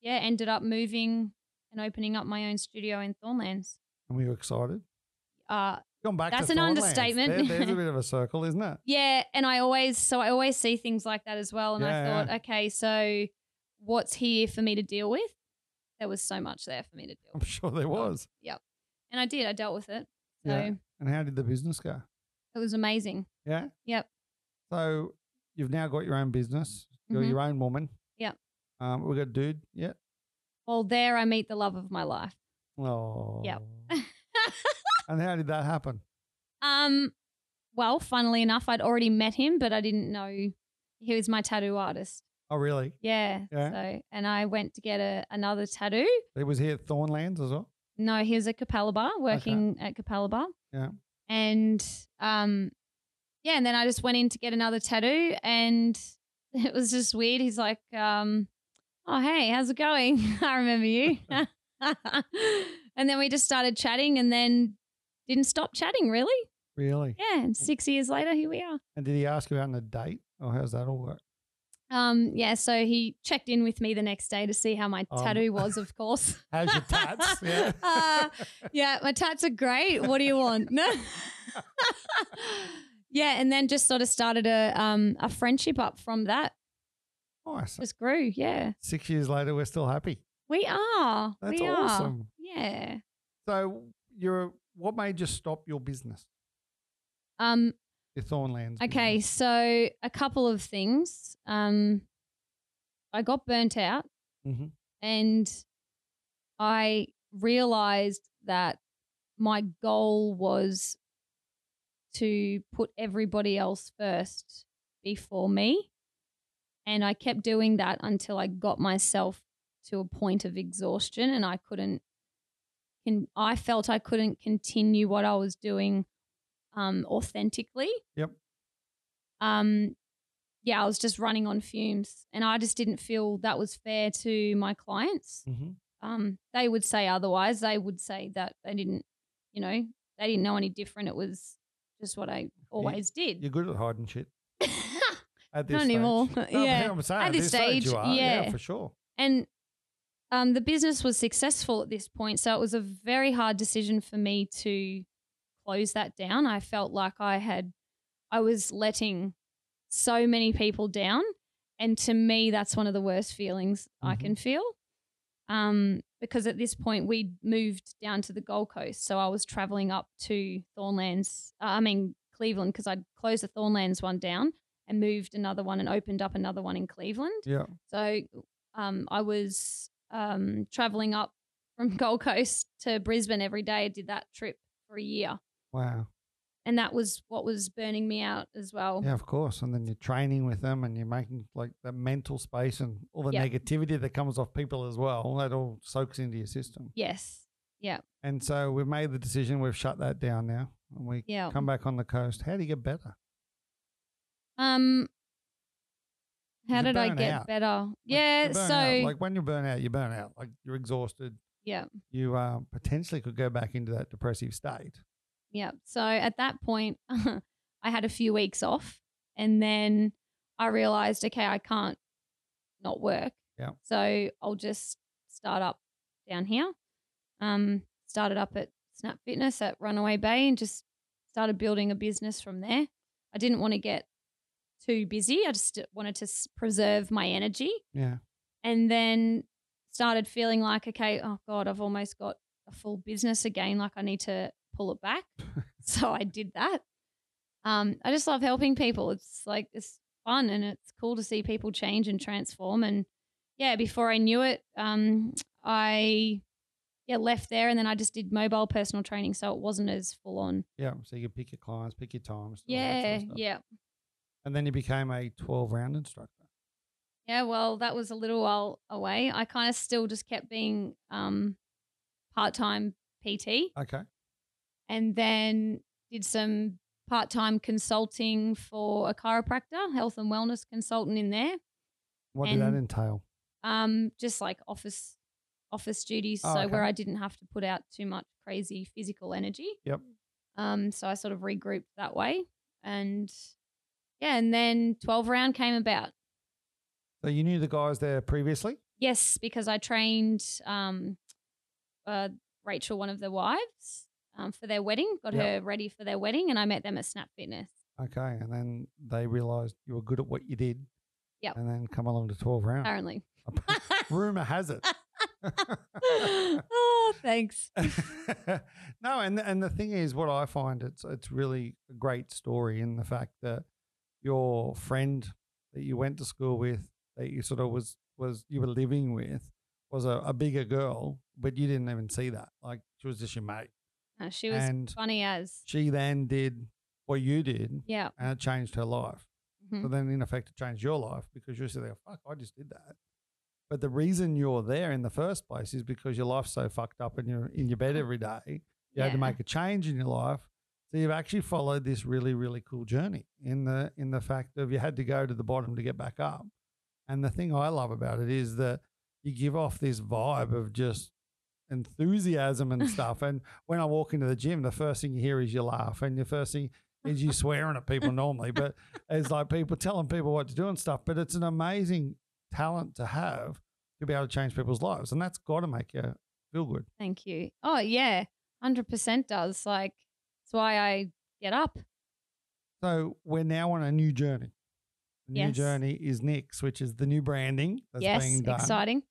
Speaker 3: yeah, ended up moving and opening up my own studio in Thornlands.
Speaker 4: And we were excited.
Speaker 3: Uh,
Speaker 4: Gone back.
Speaker 3: That's
Speaker 4: to
Speaker 3: an
Speaker 4: Thailand.
Speaker 3: understatement.
Speaker 4: There- there's
Speaker 3: (laughs)
Speaker 4: a bit of a circle, isn't it?
Speaker 3: yeah, and I always so I always see things like that as well. And
Speaker 4: Yeah,
Speaker 3: I thought, okay, so what's here for me to deal with? There was so much there for me to deal
Speaker 4: I'm
Speaker 3: with,
Speaker 4: sure there was.
Speaker 3: and I did. I dealt with it. So
Speaker 4: Yeah. And how did the business go?
Speaker 3: it was amazing.
Speaker 4: Yeah.
Speaker 3: Yep.
Speaker 4: So you've now got your own business. You're
Speaker 3: Mhm.
Speaker 4: your own woman.
Speaker 3: Yep.
Speaker 4: Um, we got a dude. Yeah.
Speaker 3: Well, there I meet the love of my life.
Speaker 4: Oh.
Speaker 3: (laughs)
Speaker 4: and how did that happen?
Speaker 3: Um, well, funnily enough, I'd already met him, but I didn't know he was my tattoo artist.
Speaker 4: Oh, really?
Speaker 3: Yeah.
Speaker 4: Yeah.
Speaker 3: So, and I went to get a, another tattoo.
Speaker 4: It was here at Thornlands as well.
Speaker 3: No, he was at Capella Bar, working at Capella Bar.
Speaker 4: Yeah.
Speaker 3: And um, yeah, and then I just went in to get another tattoo, and (laughs) it was just weird. He's like, um, "Oh, hey, how's it going? (laughs) I remember
Speaker 4: (laughs)
Speaker 3: you." and then we just started chatting, and then didn't stop chatting really.
Speaker 4: Really?
Speaker 3: Yeah. And six years later, here we are.
Speaker 4: And did he ask you out on a date? Or how's that all work?
Speaker 3: Um, yeah, so he checked in with me the next day to see how my
Speaker 4: Um,
Speaker 3: tattoo was, of course.
Speaker 4: How's (laughs)
Speaker 3: (laughs)
Speaker 4: your tats? Yeah.
Speaker 3: Uh, yeah, my tats are great. What do you want? No. (laughs) yeah, and then just sort of started a um a friendship up from that.
Speaker 4: nice.
Speaker 3: Just grew, yeah.
Speaker 4: Six years later, we're still happy.
Speaker 3: We are.
Speaker 4: That's
Speaker 3: we are.
Speaker 4: awesome.
Speaker 3: Yeah.
Speaker 4: So you're what made you stop your business?
Speaker 3: Um,
Speaker 4: Your Thornlands.
Speaker 3: okay,
Speaker 4: business?
Speaker 3: so a couple of things. Um I got burnt out.
Speaker 4: Mhm.
Speaker 3: and I realized that my goal was to put everybody else first before me. And I kept doing that until I got myself to a point of exhaustion and I couldn't can I felt I couldn't continue what I was doing um authentically.
Speaker 4: Yep.
Speaker 3: Um yeah, I was just running on fumes and I just didn't feel that was fair to my clients
Speaker 4: Mhm.
Speaker 3: um, they would say otherwise. They would say that they didn't, you know, they didn't know any different. It was just what I always did.
Speaker 4: You're good at hiding shit.
Speaker 3: (laughs)
Speaker 4: At this
Speaker 3: Not
Speaker 4: stage.
Speaker 3: anymore.
Speaker 4: No,
Speaker 3: (laughs) yeah.
Speaker 4: but I'm saying,
Speaker 3: At
Speaker 4: at
Speaker 3: this
Speaker 4: this stage,
Speaker 3: stage,
Speaker 4: you are. Yeah.
Speaker 3: yeah.
Speaker 4: for sure.
Speaker 3: And um, the business was successful at this point. So it was a very hard decision for me to close that down. I felt like I had, I was letting so many people down. And to me, that's one of the worst feelings I
Speaker 4: Mhm.
Speaker 3: can feel. Um, because at this point, we'd moved down to the Gold Coast. So I was traveling up to Thornlands, uh, I mean, Cleveland, because I'd closed the Thornlands one down and moved another one and opened up another one in Cleveland.
Speaker 4: Yeah.
Speaker 3: So um, I was um, traveling up from (laughs) Gold Coast to Brisbane every day. I did that trip for a year.
Speaker 4: Wow.
Speaker 3: And that was what was burning me out as well.
Speaker 4: Yeah, of course. And then you're training with them and you're making like the mental space and all the
Speaker 3: Yeah.
Speaker 4: negativity that comes off people as well. All that all soaks into your system.
Speaker 3: Yes.
Speaker 4: And so we've made the decision. We've shut that down now. And we
Speaker 3: Yeah. Oh.
Speaker 4: come back on the coast. How do you get better?
Speaker 3: Um, how
Speaker 4: You
Speaker 3: did I
Speaker 4: burn
Speaker 3: get
Speaker 4: out.
Speaker 3: better?
Speaker 4: Like, you
Speaker 3: yeah.
Speaker 4: burn
Speaker 3: So,
Speaker 4: out. like when you burn out, you burn out. Like you're exhausted.
Speaker 3: yeah.
Speaker 4: You uh, potentially could go back into that depressive state.
Speaker 3: Yeah. So at that point, (laughs) I had a few weeks off and then I realized, okay, I can't not work.
Speaker 4: Yeah.
Speaker 3: So I'll just startup down here. Um, started up at Snap Fitness at Runaway Bay and just started building a business from there. I didn't want to get too busy. I just wanted to s- preserve my energy
Speaker 2: Yeah.
Speaker 3: and then started feeling like, okay, oh God, I've almost got a full business again. Like I need to pull it back.
Speaker 4: (laughs)
Speaker 3: so I did that. Um, I just love helping people. It's like it's fun and it's cool to see people change and transform. And yeah, before I knew it, um, I yeah left there and then I just did mobile personal training, so it wasn't as full on.
Speaker 4: Yeah. So you can pick your clients, pick your times. all that sort of
Speaker 3: Yeah,
Speaker 4: stuff.
Speaker 3: yeah,
Speaker 4: And then you became a 12 round instructor.
Speaker 3: Yeah, well, that was a little while away. I kind of still just kept being um, part time PT
Speaker 4: Okay.
Speaker 3: and then did some part time consulting for a chiropractor, health and wellness consultant in there.
Speaker 4: What did that
Speaker 3: And-
Speaker 4: entail?
Speaker 3: Um, just like office office duties,
Speaker 4: Oh,
Speaker 3: so
Speaker 4: okay.
Speaker 3: where I didn't have to put out too much crazy physical energy.
Speaker 4: Yep.
Speaker 3: Um, so I sort of regrouped that way, and yeah, and then twelve round came about.
Speaker 4: So you knew the guys there previously?
Speaker 3: Yes, because I trained um, uh, Rachel, one of the wives, um, for their wedding, got
Speaker 4: Yep.
Speaker 3: her ready for their wedding, and I met them at Snap Fitness.
Speaker 4: (laughs) Okay. And then they realized you were good at what you did.
Speaker 3: Yep.
Speaker 4: And then come along to 12 round. (laughs)
Speaker 3: Apparently. (laughs)
Speaker 4: Rumor has it. (laughs)
Speaker 3: oh, thanks.
Speaker 4: no, and and the thing is, what I find it's it's really a great story in the fact that your friend that you went to school with, that you sort of was was you were living with, was a, a bigger girl, but you didn't even see that. Like she was just your mate,
Speaker 3: Uh, she was
Speaker 4: and
Speaker 3: funny as.
Speaker 4: she then did what you did,
Speaker 3: Yeah.
Speaker 4: and it changed her life.
Speaker 3: mhm.
Speaker 4: So then, in effect, it changed your life because you're sitting there, fuck, I just did that. But the reason you're there in the first place is because your life's so fucked up and you're in your bed every day. You had
Speaker 3: Yeah.
Speaker 4: to make a change in your life. So you've actually followed this really, really cool journey in the in the fact of you had to go to the bottom to get back up. And the thing I love about it is that you give off this vibe of just enthusiasm
Speaker 3: (laughs)
Speaker 4: and stuff. and when I walk into the gym, the first thing you hear is you laugh, and the first thing is you swearing at people normally. But it's like people telling people what to do and stuff. But it's an amazing talent to have to be able to change people's lives, and that's got to make you feel good.
Speaker 3: Thank you. Oh, yeah. 100% does. Like, that's why I get up.
Speaker 4: So we're now on a new journey. The new
Speaker 3: Yes.
Speaker 4: journey is Nix, which is the new branding that's
Speaker 3: yes.
Speaker 4: being done.
Speaker 3: Exciting.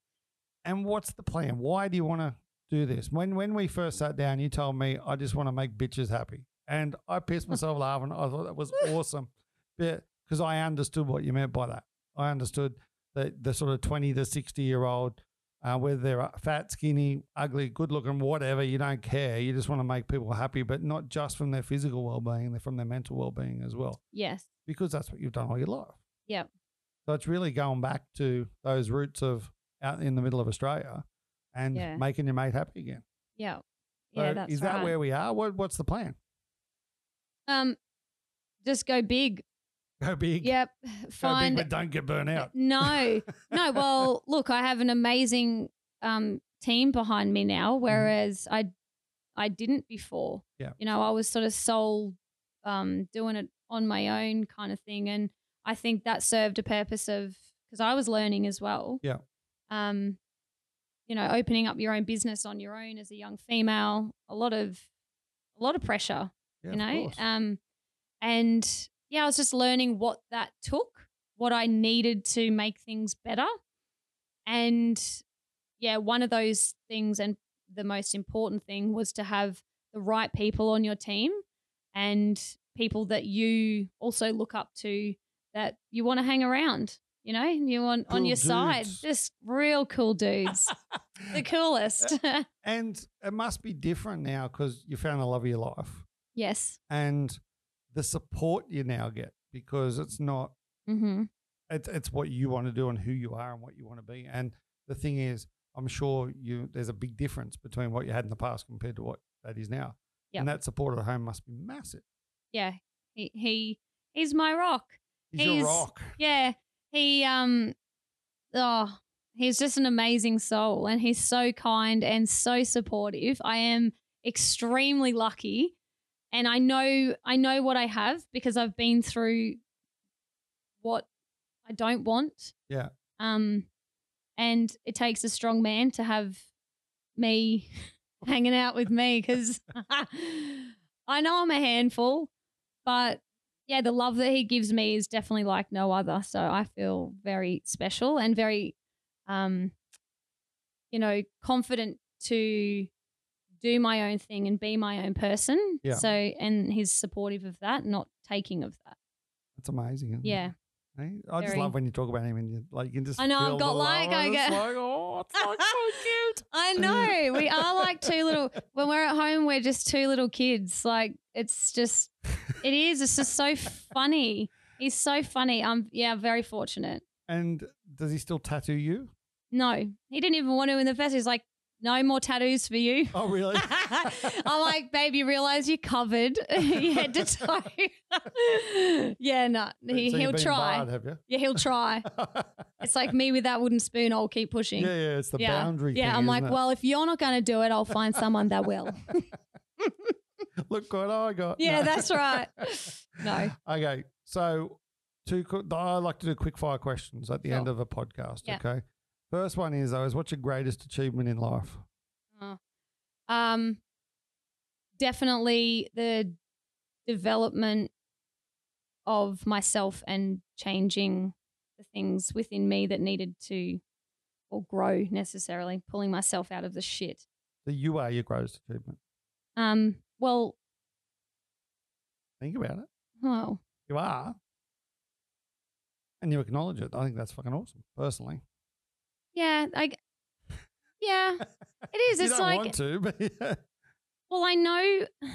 Speaker 4: And what's the plan? Why do you want to do this? When when we first sat down, you told me I just want to make bitches happy, and I pissed myself laughing. I thought that was awesome, because I understood what you meant by that. I understood that the sort of twenty to sixty year old, uh, whether they're fat, skinny, ugly, good looking, whatever, you don't care. You just want to make people happy, but not just from their physical well being, they're from their mental well being as well
Speaker 3: Yes.
Speaker 4: because that's what you've done all your life.
Speaker 3: Yep.
Speaker 4: So it's really going back to those roots of out in the middle of Australia and
Speaker 3: Yeah.
Speaker 4: making your mate happy again.
Speaker 3: Yeah.
Speaker 4: So
Speaker 3: Yeah, that's
Speaker 4: is that
Speaker 3: right.
Speaker 4: where we are? What, what's the plan?
Speaker 3: um, just go big.
Speaker 4: Go big.
Speaker 3: Yep.
Speaker 4: Go big,
Speaker 3: Find
Speaker 4: but don't get burnt out.
Speaker 3: No, no. Well, look, I have an amazing um, team behind me now, whereas I, I didn't before.
Speaker 4: Mm-hmm. Yeah.
Speaker 3: You know, I was sort of sole, um, doing it on my own kind of thing, and I think that served a purpose of because I was learning as well.
Speaker 4: Yeah.
Speaker 3: Um, you know, opening up your own business on your own as a young female, a lot of, a lot of pressure
Speaker 4: Yeah,
Speaker 3: (laughs) you
Speaker 4: of
Speaker 3: know
Speaker 4: course.
Speaker 3: um and yeah i was just learning what that took what i needed to make things better and yeah one of those things and the most important thing was to have the right people on your team and people that you also look up to that you want to hang around you know you want on
Speaker 4: Cool
Speaker 3: your side
Speaker 4: dudes.
Speaker 3: just real cool dudes
Speaker 4: (laughs)
Speaker 3: the coolest (laughs)
Speaker 4: and it must be different now because you found the love of your life
Speaker 3: yes
Speaker 4: and the support you now get because it's not
Speaker 3: mm-hmm.
Speaker 4: it's it's what you want to do and who you are and what you want to be. And the thing is, I'm sure you there's a big difference between what you had in the past compared to what that is now.
Speaker 3: Yep.
Speaker 4: And that support at home must be massive.
Speaker 3: yeah he, he he's my rock
Speaker 4: He's, your
Speaker 3: He's-
Speaker 4: rock.
Speaker 3: Yeah, he um, oh, he's just an amazing soul, and he's so kind and so supportive. I am extremely lucky, and I know I know what I have because I've been through what I don't want.
Speaker 4: Yeah.
Speaker 3: Um, And it takes a strong man to have me (laughs) hanging out with me because (laughs) I know I'm a handful, but yeah, the love that he gives me is definitely like no other. So I feel very special and very, um, you know, confident to do my own thing and be my own person.
Speaker 4: Yeah.
Speaker 3: So, and he's supportive of that, not taking of that.
Speaker 4: That's amazing. Isn't
Speaker 3: Yeah.
Speaker 4: It? Eh? I just
Speaker 3: Very.
Speaker 4: love when you talk about him and you like you can just.
Speaker 3: I know, I've
Speaker 4: feel
Speaker 3: got
Speaker 4: the love
Speaker 3: like- I
Speaker 4: and it's
Speaker 3: get-
Speaker 4: like, oh, it's
Speaker 3: (laughs)
Speaker 4: like so cute.
Speaker 3: I know. We are like two little when we're at home, we're just two little kids. Like it's just it is. It's just so funny. He's so funny. I'm yeah, very fortunate.
Speaker 4: And does he still tattoo you?
Speaker 3: No. He didn't even want to in the first. He's like, no more tattoos for you.
Speaker 4: Oh, really?
Speaker 3: I'm like, babe, you realize you're covered (laughs) head to toe. (laughs) yeah, no. (laughs) He,
Speaker 4: So you've
Speaker 3: he'll
Speaker 4: been
Speaker 3: try.
Speaker 4: Barred, have you?
Speaker 3: Yeah, he'll
Speaker 4: (laughs)
Speaker 3: try. It's like me with that wooden spoon, I'll keep pushing.
Speaker 4: yeah, yeah. It's the boundary.
Speaker 3: Yeah,
Speaker 4: thing,
Speaker 3: I'm
Speaker 4: isn't
Speaker 3: like,
Speaker 4: it?
Speaker 3: well, if you're not going to do it, I'll find someone that
Speaker 4: (laughs)
Speaker 3: will.
Speaker 4: look what I got.
Speaker 3: Yeah,
Speaker 4: No.
Speaker 3: that's right.
Speaker 4: (laughs)
Speaker 3: No.
Speaker 4: Okay, so two. qu- I like to do quick fire questions at the end
Speaker 3: Sure.
Speaker 4: of a podcast.
Speaker 3: Yeah.
Speaker 4: Okay. First one is always, what's your greatest achievement in life?
Speaker 3: Um, definitely the development of myself and changing the things within me that needed to or grow necessarily, pulling myself out of the shit.
Speaker 4: The you are your greatest achievement.
Speaker 3: Um, well,
Speaker 4: Think about it.
Speaker 3: oh,
Speaker 4: You are, and you acknowledge it. I think that's fucking awesome. Personally,
Speaker 3: yeah, I,
Speaker 4: (laughs)
Speaker 3: yeah, it is.
Speaker 4: you
Speaker 3: it's
Speaker 4: don't
Speaker 3: like
Speaker 4: want to, (laughs) but yeah.
Speaker 3: Well, I know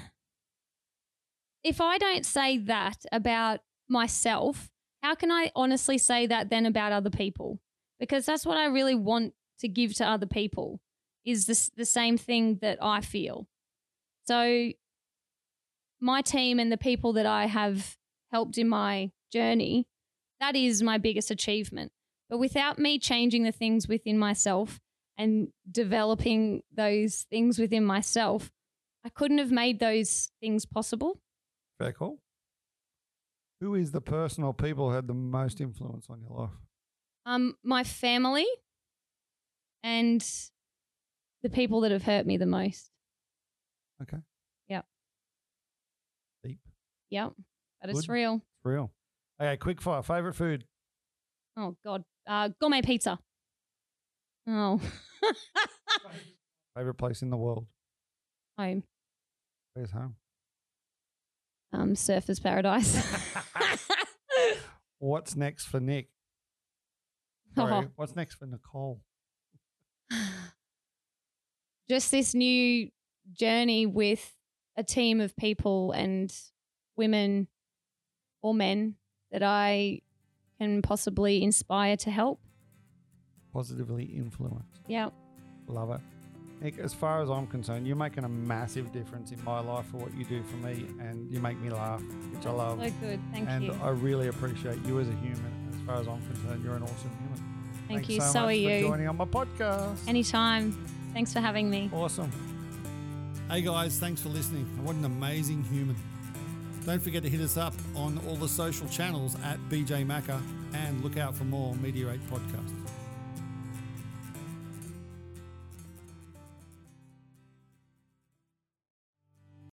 Speaker 3: if I don't say that about myself, how can I honestly say that then about other people? Because that's what I really want to give to other people is this the same thing that I feel. So my team and the people that I have helped in my journey, that is my biggest achievement. But without me changing the things within myself and developing those things within myself, I couldn't have made those things possible.
Speaker 4: Very cool. Who is the person or people who had the most influence on your life?
Speaker 3: Um, my family and the people that have hurt me the most.
Speaker 4: Okay.
Speaker 3: Yep.
Speaker 4: Deep.
Speaker 3: Yep. But it's
Speaker 4: Good.
Speaker 3: real.
Speaker 4: It's real. Okay, quick fire. Favorite food?
Speaker 3: Oh God. Uh, gourmet pizza. Oh. (laughs)
Speaker 4: Favorite place in the world?
Speaker 3: Home.
Speaker 4: Where's home?
Speaker 3: Um, surfers
Speaker 4: (laughs)
Speaker 3: paradise. (laughs)
Speaker 4: What's next for Nick?
Speaker 3: (laughs)
Speaker 4: Sorry, what's next for Nicole?
Speaker 3: just this new journey with a team of people and women or men that I can possibly inspire to help.
Speaker 4: Positively influenced.
Speaker 3: Yeah.
Speaker 4: Love it. Nick, as far as I'm concerned, you're making a massive difference in my life for what you do for me, and you make me laugh, which I love.
Speaker 3: So good. Thank
Speaker 4: and
Speaker 3: you.
Speaker 4: I really appreciate you as a human. As far as I'm concerned, you're an awesome human.
Speaker 3: Thank
Speaker 4: Thanks
Speaker 3: you.
Speaker 4: So,
Speaker 3: So,
Speaker 4: much
Speaker 3: are
Speaker 4: for
Speaker 3: you.
Speaker 4: joining on my podcast.
Speaker 3: Anytime. Thanks for having me.
Speaker 4: Awesome. Hey guys, thanks for listening. What an amazing human. Don't forget to hit us up on all the social channels at BJ Macker and look out for more Meteorate podcasts.